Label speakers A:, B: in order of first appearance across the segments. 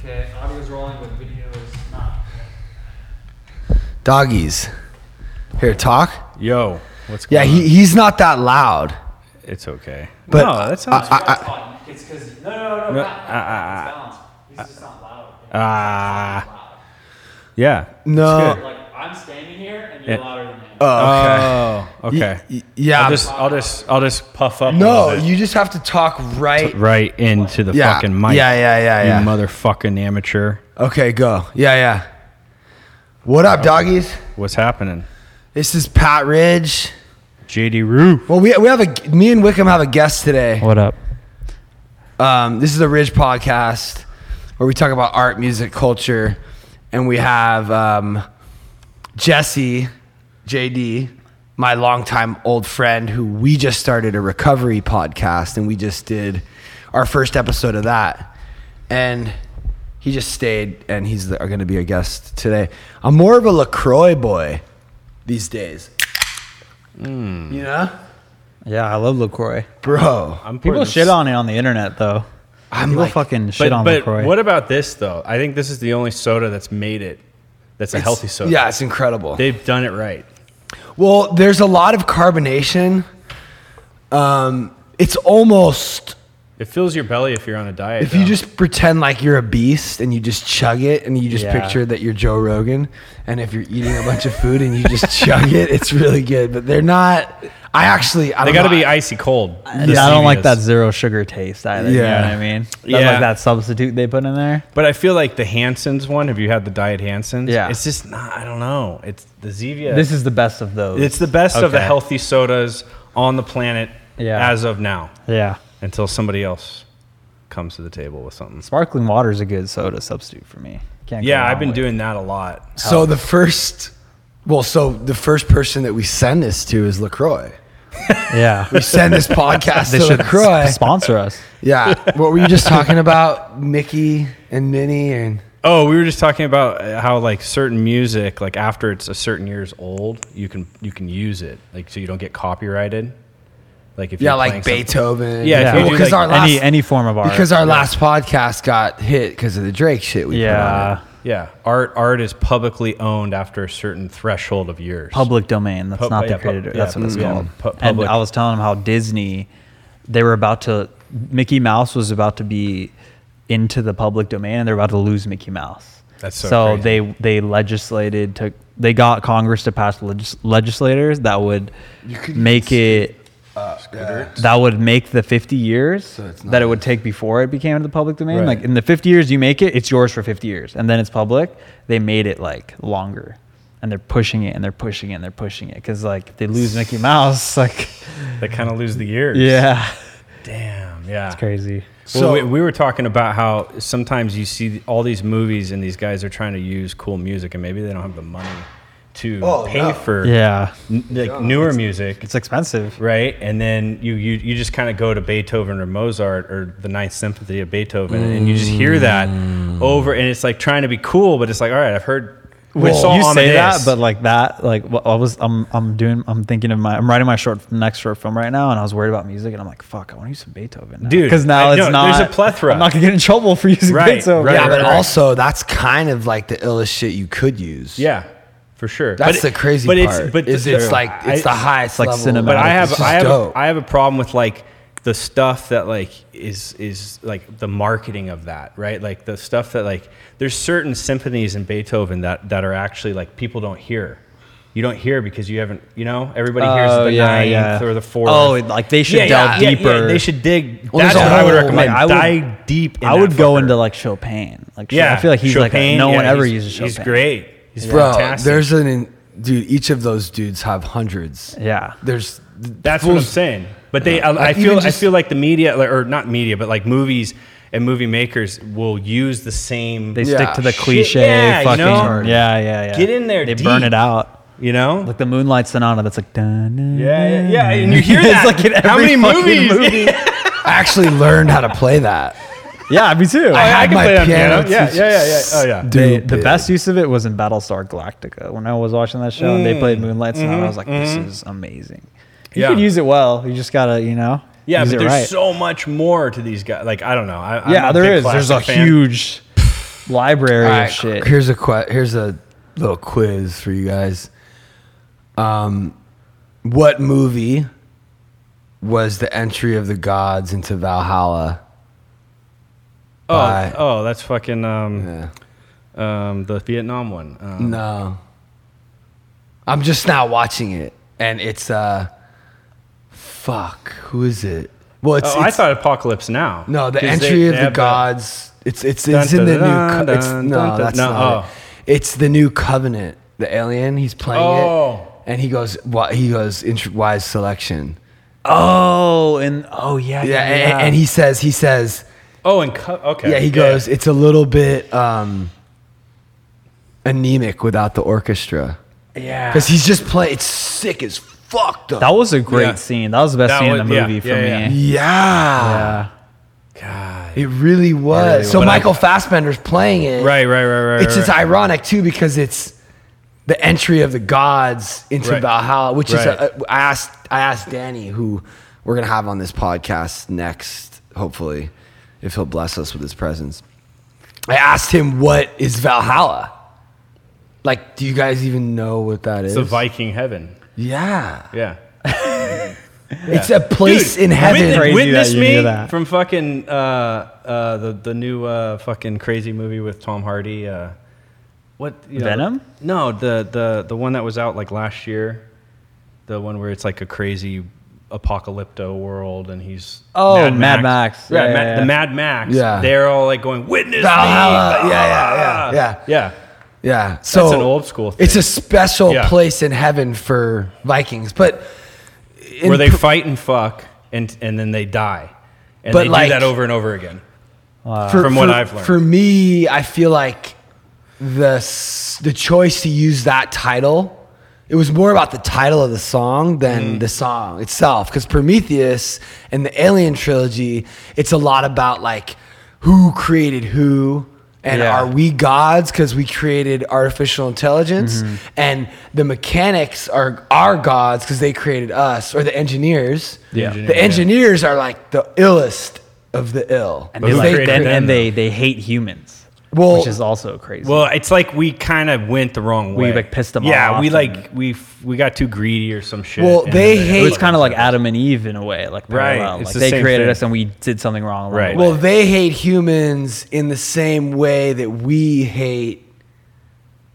A: Okay, audio's rolling, but video is not.
B: Doggies. Here, talk.
C: Yo, what's
B: Yeah,
C: going
B: he,
C: on?
B: he's not that loud.
C: It's okay.
B: But
C: no, that sounds.
B: I-
A: That's fun. It's because no, no, no, no,
C: No,
A: not,
C: ah, ah,
A: not, not, it's balanced. He's just not loud.
C: Ah.
A: Loud.
C: yeah. that's
B: No.
C: good.
A: Like I'm standing here and you're
C: Yeah.
A: louder than me.
C: Oh, okay.
B: Y- y- yeah.
C: I'll just, I'll just, I'll just puff up. a
B: no,
C: little bit.
B: you just have to talk right.
C: right into the
B: Yeah.
C: fucking mic.
B: Yeah, yeah, yeah, yeah.
C: You motherfucking amateur.
B: Okay, go. Yeah, yeah. What up, doggies?
C: What's happening?
B: This is Pat Ridge.
C: JD Roof.
B: Well, we, we have a me and Wickham have a guest today.
C: What up?
B: Um, this is the Ridge podcast where we talk about art, music, culture, and we have um, Jesse, JD, my longtime old friend, who we just started a recovery podcast, and we just did our first episode of that, and he just stayed, and he's going to be a guest today. I'm more of a Lacroix boy these days,
C: Hmm.
B: you know,
D: Yeah, I love LaCroix.
B: bro.
C: I'm
D: People
C: pouring
D: shit
C: this-
D: on it on the internet though.
B: I'm
D: People
B: like-
D: fucking
C: But,
D: shit on
C: but
D: LaCroix.
C: what about this though? I think this is the only soda that's made it. That's a healthy soda.
B: Yeah, it's incredible.
C: They've done it right.
B: Well, there's a lot of carbonation. Um, it's almost
C: It fills your belly if you're on a diet.
B: if you
C: though.
B: just pretend like you're a beast and you just chug it and you just
C: Yeah.
B: picture that you're Joe Rogan and if you're eating a bunch of food and you just chug it, it's really good. But they're not. I actually I
C: they
B: got to
C: be icy cold.
D: yeah, I don't like
C: Stevias.
D: that zero sugar taste either. You know
B: Yeah.
D: what I mean? That's
C: Yeah.
D: like that substitute they put in there.
C: But I feel like the Hanson's one. Have you had the Diet Hanson's?
D: Yeah.
C: It's just not. I don't know. It's the Zevia.
D: This is the best of those.
C: It's the best of the
D: Okay.
C: healthy sodas on the planet
D: Yeah.
C: as of now,
D: Yeah.
C: until somebody else comes to the table with something.
D: Sparkling water's a good soda substitute for me. Can't go
C: Yeah, I've
D: wrong
C: been
D: with
C: doing that a lot.
B: So the first, well, so the first person that we send this to is Lacroix.
D: it. Yeah.
B: We send this podcast
D: they
B: to
D: should
B: Lacroix.
D: s- sponsor us.
B: yeah. What were you just talking about, Mickey and Minnie and?
C: Oh, we were just talking about uh, how like certain music, like after it's a certain years old, you can you can use it, like so you don't get copyrighted. Like if
B: Yeah,
C: you're
B: like
C: playing some-
B: Beethoven.
C: Yeah,
D: if you
B: Well,
D: do,
B: 'cause
C: like,
B: our last,
D: any any form of art.
B: because our last podcast got hit because of the Drake shit. We put on
D: yeah,
C: Yeah, art art is publicly owned after a certain threshold of years.
D: public domain. That's
C: Pub-
D: not
C: yeah,
D: the
C: pub-
D: creator.
C: yeah,
D: that's what it's
C: yeah,
D: called.
C: pu-
D: and
C: public.
D: I was telling him how Disney, they were about to, Mickey Mouse was about to be into the public domain, and they're about to lose Mickey Mouse.
C: That's so crazy.
D: they they legislated to they got Congress to pass legis- legislators that would make it
B: it.
D: Uh, that would make the 50 years
B: it's
D: that it would take before it became the public domain
C: Right.
D: like in the 50 years you make it it's yours for 50 years and then it's public they made it like longer and they're pushing it and they're pushing it and they're pushing it because like they lose mickey mouse like
C: They kind of lose the years.
D: yeah
C: Damn. Yeah. It's
D: crazy
B: So-
C: Well, we, we were talking about how sometimes you see all these movies and these guys are trying to use cool music and maybe they don't have the money to
B: Oh,
C: pay
B: no.
C: for
D: yeah
C: n- like newer music,
D: it's expensive
C: right? And then you you, you just kind of go to Beethoven or Mozart or the Ninth Symphony of Beethoven and you just hear that
D: Mm.
C: over and it's like trying to be cool, but it's like all right, I've heard. we saw
D: you say that
C: Amadeus.
D: but like that like wh- i was i'm i'm doing i'm thinking of my i'm writing my short next short film right now and i was worried about music and i'm like fuck i want to use some beethoven now.
C: Dude,
D: because now
C: I
D: it's
C: know,
D: not
C: there's a plethora.
D: i'm not gonna get in trouble for using
C: Right,
D: beethoven
C: right,
B: Oh, Yeah,
C: right,
B: but
C: right.
B: also that's kind of like the illest shit you could use.
C: yeah, for sure.
B: that's
C: But
B: the
C: it-
B: crazy
C: but
B: part.
C: It's, but
B: is
C: the-
B: it's like it's the
C: I-
B: highest
D: like
B: level.
D: cinematic.
C: but I
B: It's
C: have
B: just
C: I have
B: dope.
C: a, I have a problem with like the stuff that like is is like the marketing of that right like the stuff that like there's certain symphonies in Beethoven that that are actually like people don't hear you don't hear because you haven't you know everybody hears
D: Oh,
C: the
D: yeah,
C: ninth
D: yeah.
C: or the fourth
D: Oh, like, they should delve deeper.
C: they should dig
B: Well,
C: that's
B: there's
C: what
B: a
C: I would
B: whole-
C: recommend
D: like, I would-
C: dive deep in
D: I
C: that
D: would go
C: fucker.
D: into like Chopin. Like
C: yeah
D: yeah, I feel like he's like a,
C: Chopin,
D: no one
C: yeah,
D: ever
C: he's-
D: uses Chopin.
C: he's great he's
B: bro.
C: fantastic
B: There's an in- dude. Each of those dudes have hundreds.
D: Yeah.
B: There's
C: That's what I'm saying. But they, I, I
B: Like,
C: feel,
B: even
C: I
B: just-
C: feel like the media, like- or not media, but like movies and movie makers will use the same.
D: They
B: Yeah.
D: stick to the
C: Shit,
D: cliche
C: yeah, you
D: fucking
C: know?
D: yeah, yeah, yeah.
C: Get in there
D: They
C: deep.
D: burn it out.
C: you know,
D: Like the Moonlight Sonata that's like dun, dun,
C: yeah, yeah,
D: dun,
C: yeah, and you
D: dun.
C: hear
D: It's
C: that.
D: like in every
C: How many
D: fucking
C: movies?
D: movie.
B: I actually learned how to play that.
D: yeah, me too.
B: I had
C: I can
B: my
C: play it on
B: piano.
C: piano. Yeah, yeah, yeah, yeah. Oh yeah.
D: They-
B: Dude,
D: the best use of it was in Battlestar Galactica. When I was watching that show and they played Moonlight Sonata, I was like, this is amazing.
C: Mm,
D: You
C: mm-hmm. Yeah.
D: could use it well. You just gotta, you know.
C: Yeah,
D: use
C: but
D: it
C: there's
D: right.
C: so much more to these guys. Like I don't know. I, I'm
D: yeah,
C: a
D: there
C: big
D: is. There's a
C: classic fan.
D: huge. library
B: All
D: of
B: right,
D: shit.
B: Here's a que- here's a little quiz for you guys. Um, what movie was the entry of the gods into Valhalla?
C: Oh,
B: Bye.
C: oh, that's fucking um,
B: Yeah.
C: um, the Vietnam one. Um,
B: No, I'm just now watching it, and it's uh, fuck, who is it? Well, it's,
C: oh, I
B: it's-
C: thought Apocalypse Now.
B: no, the
C: 'Cause
B: entry
C: they-
B: of
C: they
B: the
C: have
B: gods. It's it's it's
C: Dun,
B: in the new.
C: dun, dun,
B: Co- it's
C: dun,
B: no,
C: dun,
B: that's
C: no,
B: not.
C: oh.
B: It. It's the new covenant. The alien, he's playing
C: Oh.
B: it, and he goes. Why, he goes. int- Wise selection.
D: oh, and oh yeah,
B: Yeah, a- a- And, he says. He says.
C: Oh, and co- okay.
B: Yeah, he goes. It's a little bit um, anemic without the orchestra
C: Yeah.
B: because he's just playing. It's sick as fuck. Though.
D: that was a great
C: Yeah.
D: scene. That was the best
C: That
D: scene
C: was-
D: in the
C: yeah,
D: movie for
C: yeah, yeah.
D: me.
B: yeah.
D: Yeah.
C: God.
B: It really was. so
C: But I-
B: Michael Fassbender's playing it.
C: Right, right, right, right.
B: it's
C: right.
B: just ironic too because it's the entry of the gods into
C: Right.
B: Valhalla, which is
C: Right.
B: a, a, I asked I asked Danny who we're gonna have on this podcast next, hopefully, if he'll bless us with his presence. I asked him what is Valhalla. Like, do you guys even know what that is?
C: It's a Viking heaven.
B: Yeah.
C: Yeah.
B: it's a place
C: Dude,
B: in heaven.
D: Crazy
C: Witness, witness
D: that you
C: me
D: knew that.
C: from fucking uh, uh, the the new uh, fucking crazy movie with Tom Hardy. Uh, what you know,
D: Venom?
C: No, the the the one that was out like last year. The one where it's like a crazy apocalypto world, and he's
D: Oh, Mad Max.
C: Yeah,
D: Yeah,
C: Ma-
D: yeah, yeah.
C: the Mad Max.
B: Yeah.
C: they're all like going witness
B: Valhalla.
C: me.
B: Yeah, yeah, yeah, yeah.
C: yeah.
B: Yeah. So
C: an old school
B: It's a special
C: Yeah.
B: place in heaven for Vikings, but in
C: Where they
B: pr-
C: fight and fuck, and and then they die, and
B: But
C: they
B: like-
C: do that over and over again.
B: for-
C: Uh, from what
B: for-
C: I've learned.
B: For me, I feel like the s- the choice to use that title, it was more about the title of the song than
C: Mm.
B: the song itself. Because Prometheus and the Alien trilogy, it's a lot about like who created who. And
C: Yeah.
B: are we gods because we created artificial intelligence?
C: Mm-hmm.
B: And the mechanics are our gods because they created us, or the engineers.
C: The
D: Yeah.
C: engineer,
B: The
C: yeah.
B: engineers are like the illest of the ill.
D: And
C: But
D: they,
C: who
D: like,
C: created
D: and,
C: them,
D: and
C: though?
D: they they hate humans,
B: Well-
D: which is also crazy.
C: Well, it's like we kind of went the wrong way.
D: We, like, pissed them
C: yeah,
D: off
C: we
D: and-
C: like we f- we got too greedy or some shit.
B: Well,
C: and
B: they
C: then
B: hate-
D: it's kind of like Adam and Eve in a way, like
C: Right,
D: parallel.
C: it's
D: Like
C: the
D: they
C: same
D: created
C: thing.
D: us and we did something wrong. along the
C: Right.
D: way.
B: Well, they hate humans in the same way that we hate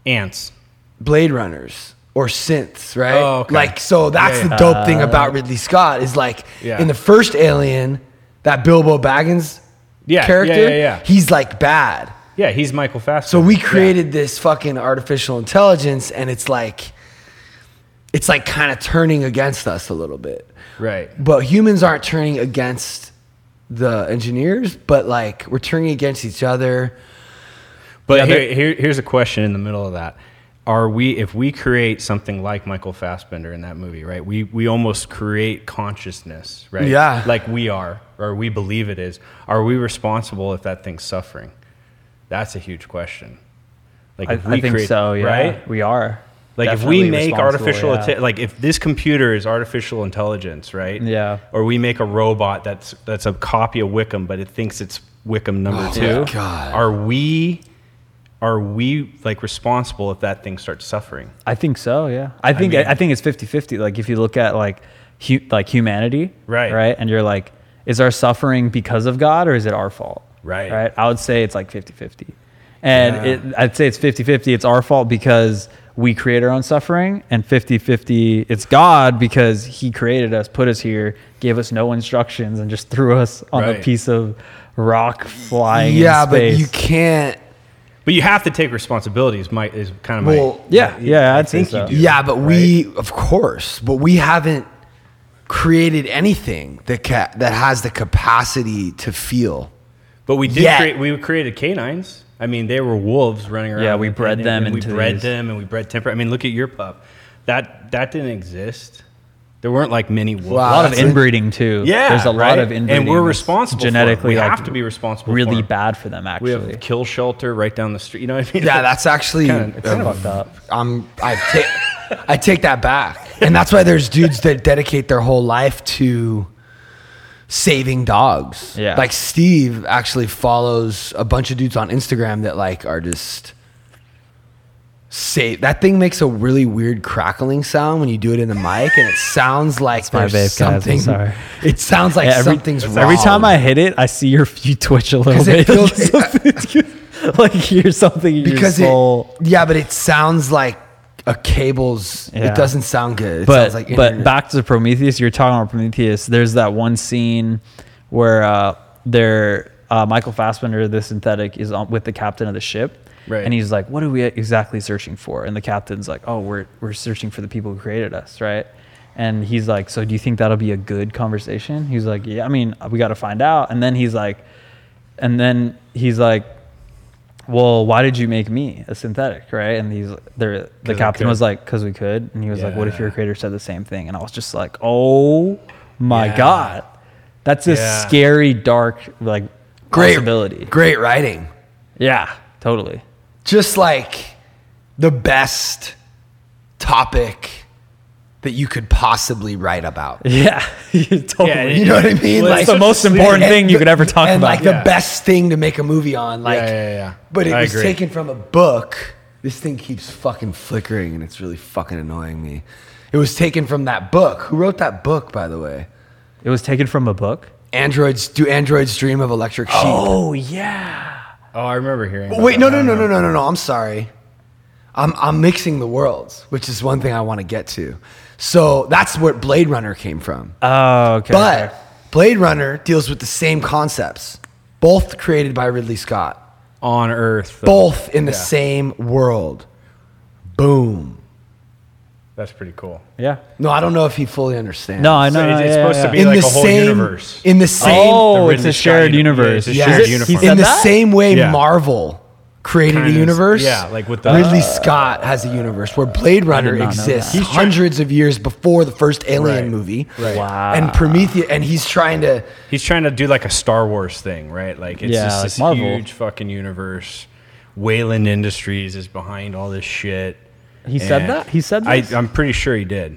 C: ants.
B: Blade Runners or synths, right?
C: Oh, okay.
B: Like, so that's
C: Yeah, yeah.
B: the dope thing about Ridley Scott is like
C: Yeah.
B: in the first Alien, that Bilbo Baggins
C: Yeah, yeah,
B: character,
C: yeah, yeah.
B: he's like bad.
C: Yeah, he's Michael Fassbender.
B: So we
C: Yeah.
B: created this fucking artificial intelligence, and it's like, it's like kind of turning against us a little bit.
C: right.
B: But humans aren't turning against the engineers, but like we're turning against each other.
C: But
D: Yeah,
C: here, here, here's a question in the middle of that: Are we, if we create something like Michael Fassbender in that movie, right? We we almost create consciousness, right?
B: Yeah.
C: like we are, or we believe it is. Are we responsible if that thing's suffering? That's a huge question. Like
D: I,
C: if we
D: I think
C: create-
D: so. Yeah,
C: right.
D: we are.
C: Like if
D: Definitely
C: we make
D: responsible,
C: artificial,
D: yeah.
C: inte- like if this computer is artificial intelligence, right?
D: Yeah.
C: Or we make a robot that's that's a copy of Wickham, but it thinks it's Wickham number
B: Oh,
C: two.
B: my God.
C: Are we, are we like responsible if that thing starts suffering?
D: I think so. Yeah, I think I,
C: mean-
D: think it's 50-50. Like if you look at like hu- like humanity,
C: Right.
D: right, and you're like, is our suffering because of God or is it our fault?
C: Right.
D: right. I would say it's like 50-50. and it, I'd say it's 50-50. It's our fault because we create our own suffering, and 50-50 it's God because He created us, put us here, gave us no instructions, and just threw us on
C: Right.
D: a piece of rock flying.
B: Yeah,
D: in
B: but
D: space.
B: you can't.
C: But you have to take responsibility. Is my is kind of my
B: Well,
D: Yeah, yeah, I'd say
C: think you
D: so.
C: do.
B: Yeah, but we, of course, but we haven't created anything that ca- that has the capacity to feel.
C: But we did
B: Yeah.
C: create. We created canines. I mean, they were wolves running around.
D: Yeah, we
C: and-
D: bred
C: and-
D: them
C: And we
D: into
C: bred
D: these-
C: them, and we bred temper. I mean, look at your pup. That that didn't exist. There weren't like many wolves.
D: a
B: Wow.
D: lot of
B: That's it.
D: inbreeding too.
C: Yeah,
D: there's a lot
C: right?
D: of inbreeding.
C: and we're
D: that's
C: responsible. for it.
D: Genetically,
C: we
D: like,
C: have to be responsible.
D: Really
C: for it.
D: bad for them,
C: We
D: actually.
C: have kill shelter right down the street. You know what I mean?
B: Yeah, that's actually.
C: Kinda-
D: it's kind of fucked up.
B: I'm. I take. I take that back, and that's why there's dudes that dedicate their whole life to saving dogs.
D: Yeah.
B: Like Steve actually follows a bunch of dudes on Instagram that like are just save that thing makes a really weird crackling sound when you do it in the mic and it sounds like
D: my
B: there's
D: vape, guys. I'm
B: something
D: sorry.
B: it sounds like
D: Yeah, every,
B: something's wrong
D: every time I hit it, I see your you twitch a little
B: 'Cause
D: bit.
B: it
D: like here's something in
B: because
D: your
B: it
D: soul.
B: yeah but it sounds like a cable's
D: Yeah.
B: it doesn't sound good it
D: but
B: sounds like
D: but
B: internet.
D: back to Prometheus, you're talking about Prometheus. There's that one scene where uh, they're uh, Michael Fassbender, the synthetic, is on, with the captain of the ship,
C: Right.
D: And he's like, "What are we exactly searching for?" And the captain's like, "Oh, we're we're searching for the people who created us, right?" And he's like, "So do you think that'll be a good conversation?" He's like, "Yeah, I mean, we got to find out." And then he's like, and then he's like. Well, why did you make me a synthetic, right? And he's they're the
C: we
D: captain
C: could.
D: was like, "Cause we could," and he was like, "What if
C: Yeah.
D: your creator said the same thing?" And I was just like, "Oh my
C: Yeah.
D: god, that's a
C: Yeah.
D: scary, dark like
B: great
D: possibility."
B: great writing
D: Yeah, totally.
B: just like the best topic that you could possibly write about.
D: Yeah, totally.
C: Yeah, it-
B: You know what I mean?
C: Well, it's
D: It's the
C: such
D: most
C: a sleazy-
D: important thing you
B: the-
D: could ever talk
B: and
D: about.
B: like
C: Yeah.
B: the best thing to make a movie on. Like,
C: Yeah, yeah, yeah.
B: But it
C: I
B: was
C: agree.
B: taken from a book. This thing keeps fucking flickering, and it's really fucking annoying me. It was taken from that book. Who wrote that book, by the way?
D: it was taken from a book.
B: Androids do androids dream of electric sheep?
D: Oh yeah.
C: Oh, I remember hearing. about
B: Wait,
C: that.
B: no, no, no, no, no, no, no. I'm sorry. I'm I'm mixing the worlds, which is one thing I want to get to. So that's where Blade Runner came from.
D: Oh okay.
B: but
D: okay.
B: Blade Runner deals with the same concepts, both created by Ridley Scott,
C: On Earth. though.
B: both in the
C: Yeah.
B: same world. Boom.
C: That's pretty cool.
D: yeah.
B: No, I don't know if he fully understands.
D: No, I know.
C: it's-
D: yeah,
C: it's
D: yeah,
C: supposed to be
D: yeah.
C: like a whole universe.
B: In the same
D: Oh,
C: The
D: it's
C: Ridley
D: a
C: Scott
D: shared
C: uni- yeah,
D: universe.
C: it's a
D: Yeah.
C: shared
D: He
C: uniform.
D: said
B: in the
D: that?
B: same way
C: Yeah.
B: Marvel created
C: Kind
B: a
C: of,
B: universe.
C: yeah, like with the- uh,
B: Ridley Scott has a universe where Blade Runner
D: not know
B: exists
D: that.
B: hundreds of years before the first Alien
C: Right.
B: movie.
C: Right.
D: Wow.
B: And Prometheus, and he's trying to.
C: He's trying to do like a Star Wars thing, right? Like it's
D: Yeah,
C: just
D: like
C: this
D: Marvel.
C: huge fucking universe. Wayland Industries is behind all this shit.
D: He said
C: And
D: that? He said
C: I,
D: this?
C: I'm pretty sure he did.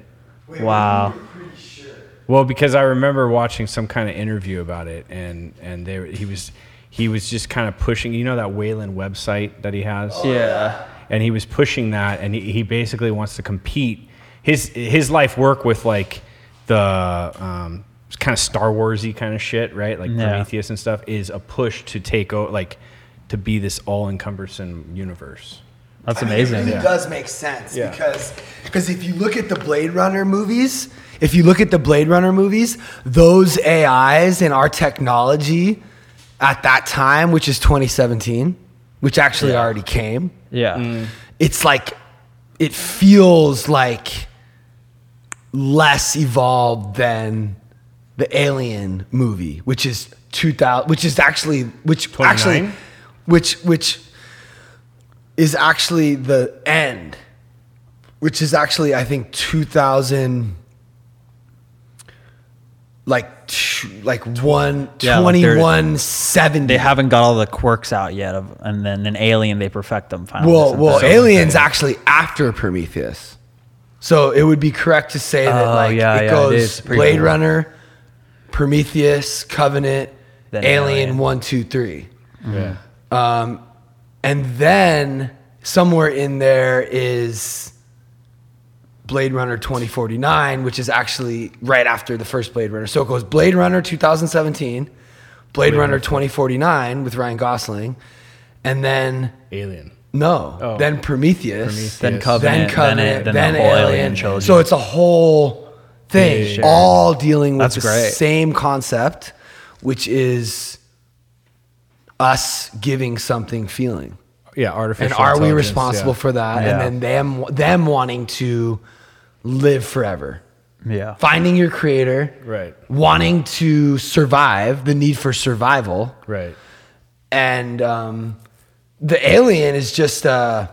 D: wow.
C: Well, because I remember watching some kind of interview about it, and and they, he was he was just kind of pushing. You know that Wayland website that he has.
D: Yeah.
C: and he was pushing that and he, he basically wants to compete his his life work with like the um, kind of star warsy kind of shit right like
D: Yeah.
C: prometheus and stuff is a push to take over like to be this all-encompassing universe
D: That's
B: It
D: amazing.
B: really does make sense
C: Yeah.
B: because because if you look at the Blade Runner movies, if you look at the Blade Runner movies, those AIs and our technology at that time, which is 2017, which actually already came,
D: Yeah.
C: Mm.
B: it's like it feels like less evolved than the Alien movie, which is 2000, which is actually which actually
C: 29?
B: which which is actually the end, which is actually I think 2000 like two, like one
D: Yeah, like they're-
B: 2170
D: They haven't got all the quirks out yet, of, and then an alien they perfect them finally.
B: Well,
D: Something.
B: well, aliens actually after Prometheus, so it would be correct to say that
D: Oh,
B: like
D: yeah,
B: it
D: yeah, it is
B: goes
D: pretty
B: Blade
D: cool.
B: Runner, Prometheus, Covenant,
D: Then
B: Alien
D: Alien.
B: one, two, three,
C: yeah
B: um, and then somewhere in there is Blade Runner twenty forty nine, which is actually right after the first Blade Runner. So it goes Blade Runner two thousand seventeen, Blade, Runner twenty forty nine with Ryan Gosling, and then.
C: alien
B: No.
C: Oh.
B: Then Prometheus.
C: Prometheus.
D: then
C: Yes.
D: Covenant,
B: Then Covenant. Then,
D: then, the whole
B: Alien.
D: alien, trilogy.
B: So it's a whole thing,
D: Yeah, yeah, yeah.
B: all dealing with
D: That's
B: the
D: great.
B: same concept, which is us giving something feeling.
C: yeah artificial
B: And are we
C: intelligence,
B: responsible
C: yeah.
B: for that?
D: Yeah.
B: And then them them wanting to live forever.
D: yeah,
B: Finding your creator.
C: Right.
B: Wanting to survive, the need for survival
C: right
B: and um, the alien is just uh,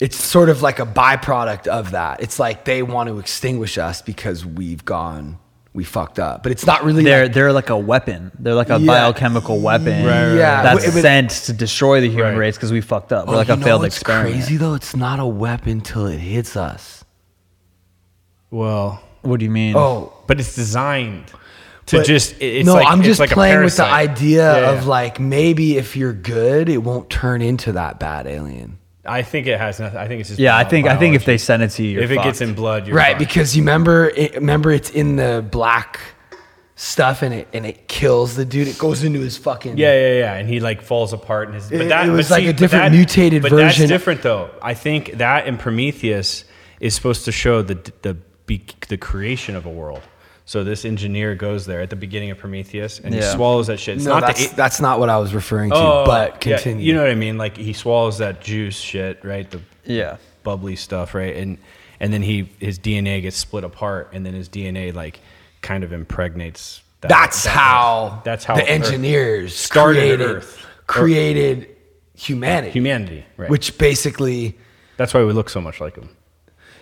B: it's sort of like a byproduct of that it's like they want to extinguish us because we've gone we fucked up but it's not really
D: they're
B: like-
D: they're like a weapon. They're like a
B: Yeah.
D: biochemical weapon
B: Right, right, Yeah. right.
D: that's
B: It was-
D: sent to destroy the human
C: Right.
D: race because we fucked up. We're
B: Oh,
D: like
B: you
D: a
B: know
D: failed
B: what's
D: experiment.
B: crazy though it's not a weapon till it hits us
C: well
D: What do you mean?
B: Oh,
C: but it's designed to
B: but-
C: just. it- It's
B: no,
C: like,
B: I'm
C: it's
B: just
C: like a
B: playing with the
C: parasite.
B: idea
C: Yeah,
B: of
C: yeah.
B: like maybe if you're good, it won't turn into that bad alien.
C: I think it has nothing. I think it's just.
D: yeah, I
C: bio-
D: think I think if
C: biology.
D: they send it to you, you're
C: if it gets
D: fucked.
C: in blood, you're
B: right
C: fucked.
B: because you remember it, remember it's in the black stuff and it and it kills the dude it goes into his fucking
C: Yeah, yeah, yeah, and he like falls apart, and his
B: It-
C: but that
B: it was
C: but
B: like a
C: but
B: different mutated
C: but
B: version.
C: That's different though. I think that in Prometheus is supposed to show the the be- the creation of a world. So this engineer goes there at the beginning of Prometheus, and he
D: Yeah.
C: swallows that shit. It's
B: no
C: not
B: that's
C: the,
B: that's not what i was referring to
C: oh,
B: but
C: yeah,
B: continue
C: you know what I mean? Like he swallows that juice shit, right? The
D: Yeah.
C: bubbly stuff, right? And and then he his DNA gets split apart, and then his DNA like kind of impregnates. That,
B: that's
C: that-
B: how
C: That's how
B: the
C: Earth-
B: engineers
C: started
B: created,
C: Earth.
B: created humanity,
C: humanity, right?
B: which basically
C: that's why we look so much like him.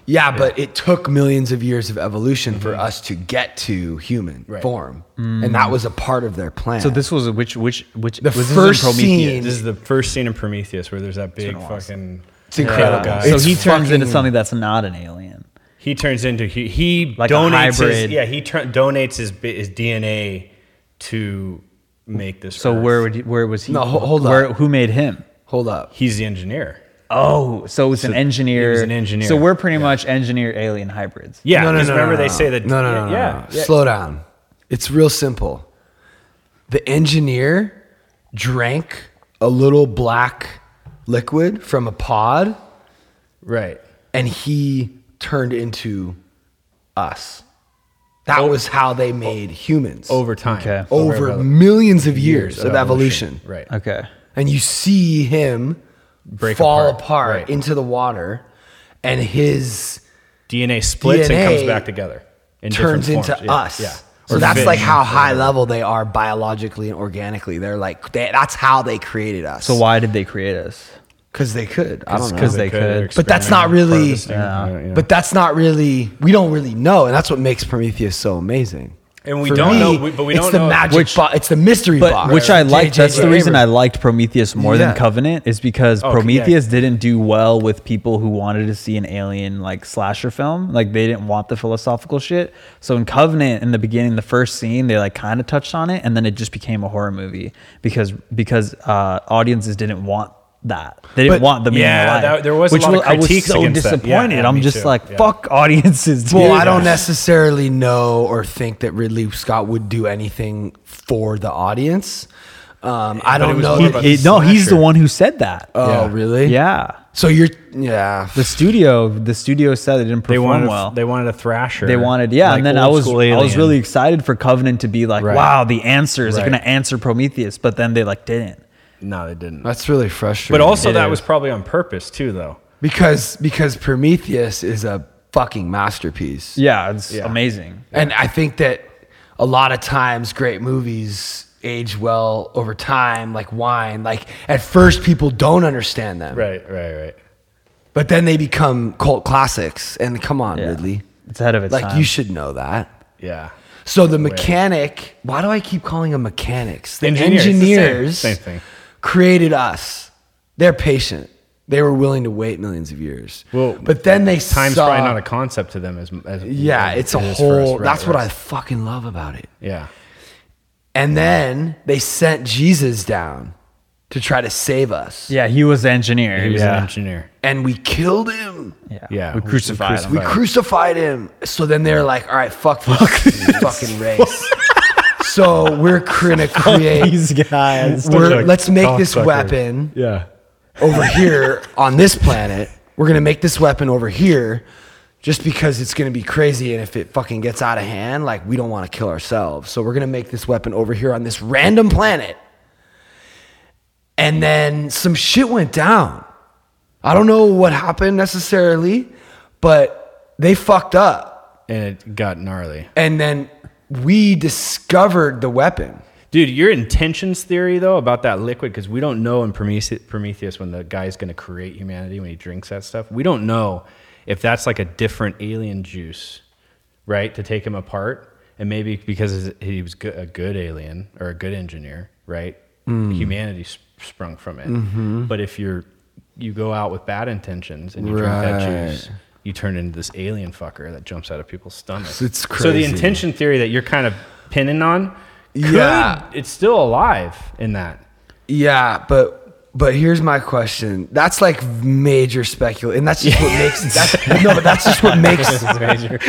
B: yeah, but it took millions of years of evolution for us to get to human
C: Mm-hmm. Right.
B: form and that was a part of their plan
D: Mm. So this was a which which which
B: The
D: was
B: first
D: this in Prometheus?
B: scene-
C: This is the first scene in Prometheus where there's that big fucking.
B: it's incredible
C: Yeah.
D: So
B: It's
D: he turns into
B: fucking-
D: something that's not an alien.
C: He turns into he he
D: Like a
C: donates his,
D: hybrid.
C: yeah he turn donates his bi- his DNA to make this.
D: So
C: Earth.
D: where would he, where was he?
B: No, ho- hold
D: where,
B: up.
D: Who made him?
B: hold up
C: he's the engineer?
D: Oh, so it was an engineer.
C: he was an engineer.
D: So we're pretty much engineer alien hybrids.
C: Yeah,
B: no, no,
C: 'cause
B: no,
C: remember
B: no,
C: they
B: no.
C: say that.
B: No, no, no, no,
C: yeah,
B: no. Slow down. It's real simple. The engineer drank a little black liquid from a pod,
C: right.
B: and he turned into us. That was how they made humans
C: Over time,
D: Okay.
B: over millions of years, of evolution.
C: right?
D: Okay.
B: And you see him
C: Break
B: fall apart,
C: apart, right.
B: into the water, and his
C: DNA splits and comes
B: DNA
C: back together. In
B: turns
C: different
B: into
C: forms. Yeah,
B: us.
C: Yeah.
B: So
C: Or
B: that's
C: fish.
B: like how high level they are biologically and organically. They're like they, that's how they created us.
D: So why did they create us?
B: Because they could. I don't know.
D: 'cause they could.
B: But that's not
C: experimenting,
B: really-
C: harvesting,
D: Yeah.
C: yeah, yeah.
B: But that's not really. We don't really know, and that's what makes Prometheus so amazing.
C: And we don't know- we- but we
B: it's
C: don't
B: the
C: know-
B: magic.
D: Which-
B: bo- it's the mystery
D: But
B: box,
D: which I liked.
B: J.J.
D: That's the reason I
B: Abrams.
D: liked Prometheus more
B: Yeah.
D: than Covenant is because
C: yeah.
D: Prometheus didn't do well with people who wanted to see an alien like slasher film. Like they didn't want the philosophical shit. So in Covenant, in the beginning, the first scene, they like kind of touched on it, and then it just became a horror movie because because uh, audiences didn't want that. They didn't
B: But-
D: want the meaning
C: Yeah,
D: of life.
C: that- there was a
D: which
C: lot of
D: wa- I was
C: critiques
D: so
C: against that. Yeah,
D: disappointed.
C: yeah,
D: I'm
C: me
D: just
C: too.
D: like
C: Yeah.
D: fuck audiences. Dude.
B: Well, I don't necessarily know or think that Ridley Scott would do anything for the audience. Um, I
C: it
B: don't
C: was
B: know.
C: more
B: that-
C: about
D: He- no, he's the
C: Slasher.
D: one who said that.
B: oh,
C: Yeah.
B: really?
D: yeah.
B: So you're, yeah.
D: The studio, the studio said they didn't
C: they
D: perform
C: wanted
D: well.
C: they wanted a thrasher.
D: They wanted, yeah,
C: like
D: and then I
C: old
D: was,
C: school
D: I was
C: alien.
D: really excited for Covenant to be like,
C: Right.
D: wow, the answers are
C: Right.
D: gonna answer Prometheus, but then they like didn't.
C: No, they didn't.
B: That's really frustrating.
C: But also,
D: It
C: that
D: is.
C: was probably on purpose too, though.
B: because because Prometheus is a fucking masterpiece.
D: Yeah, it's
C: Yeah.
D: amazing.
B: And I think that a lot of times great movies age well over time, like wine. Like at first people don't understand them.
C: Right, right, right.
B: But then they become cult classics. And come on,
D: Yeah.
B: Ridley.
D: It's ahead of its
B: Like
D: time.
B: you should know that.
C: Yeah.
B: So the mechanic, why do I keep calling them mechanics? The
C: Engineer, it's the same-
B: engineers
C: same thing.
B: created us. They're patient. They were willing to wait millions of years.
C: Well,
B: but then they
C: Time's
B: saw,
C: probably not a concept to them as. as
B: Yeah,
C: as
B: it's a
C: it is for us,
B: whole.
C: right,
B: that's what I
C: right.
B: fucking love about it.
C: Yeah.
B: And then they sent Jesus down to try to save us,
D: yeah, he was the engineer.
C: He was
D: yeah.
C: an engineer.
B: and we killed him.
D: yeah,
C: Yeah,
D: we
C: we- we
D: crucified
B: We
D: him.
C: Right.
B: crucified him. So then they're like, "All right, fuck this fucking race." so we're gonna create.
D: These guys.
B: We're,
C: Like,
B: let's make this
C: cocksuckers.
B: weapon
C: Yeah.
B: over here on this planet. We're gonna make this weapon over here just because it's gonna be crazy. And if it fucking gets out of hand, like we don't wanna kill ourselves. So we're gonna make this weapon over here on this random planet. And then some shit went down. I don't know what happened necessarily, but they fucked up.
C: And it got gnarly,
B: And then we discovered the weapon.
C: dude. Your intentions theory though about that liquid, because we don't know in Promethe- Prometheus when the guy's going to create humanity when he drinks that stuff. We don't know if that's like a different alien juice, right? To take him apart, and maybe because he was go- a good alien or a good engineer, right?
B: Mm.
C: Humanity sp-
B: Mm-hmm.
C: sprung from it. But if you're you go out with bad intentions and you drink that
B: Right.
C: juice, you turn into this alien fucker that jumps out of people's stomachs.
B: It's
C: So the
B: crazy.
C: intention theory that you're kind of pinning on, could,
B: Yeah.
C: it's still alive in that.
B: Yeah, but but here's my question. That's like major speculation, and that's just what makes. That's, no, but that's just what makes.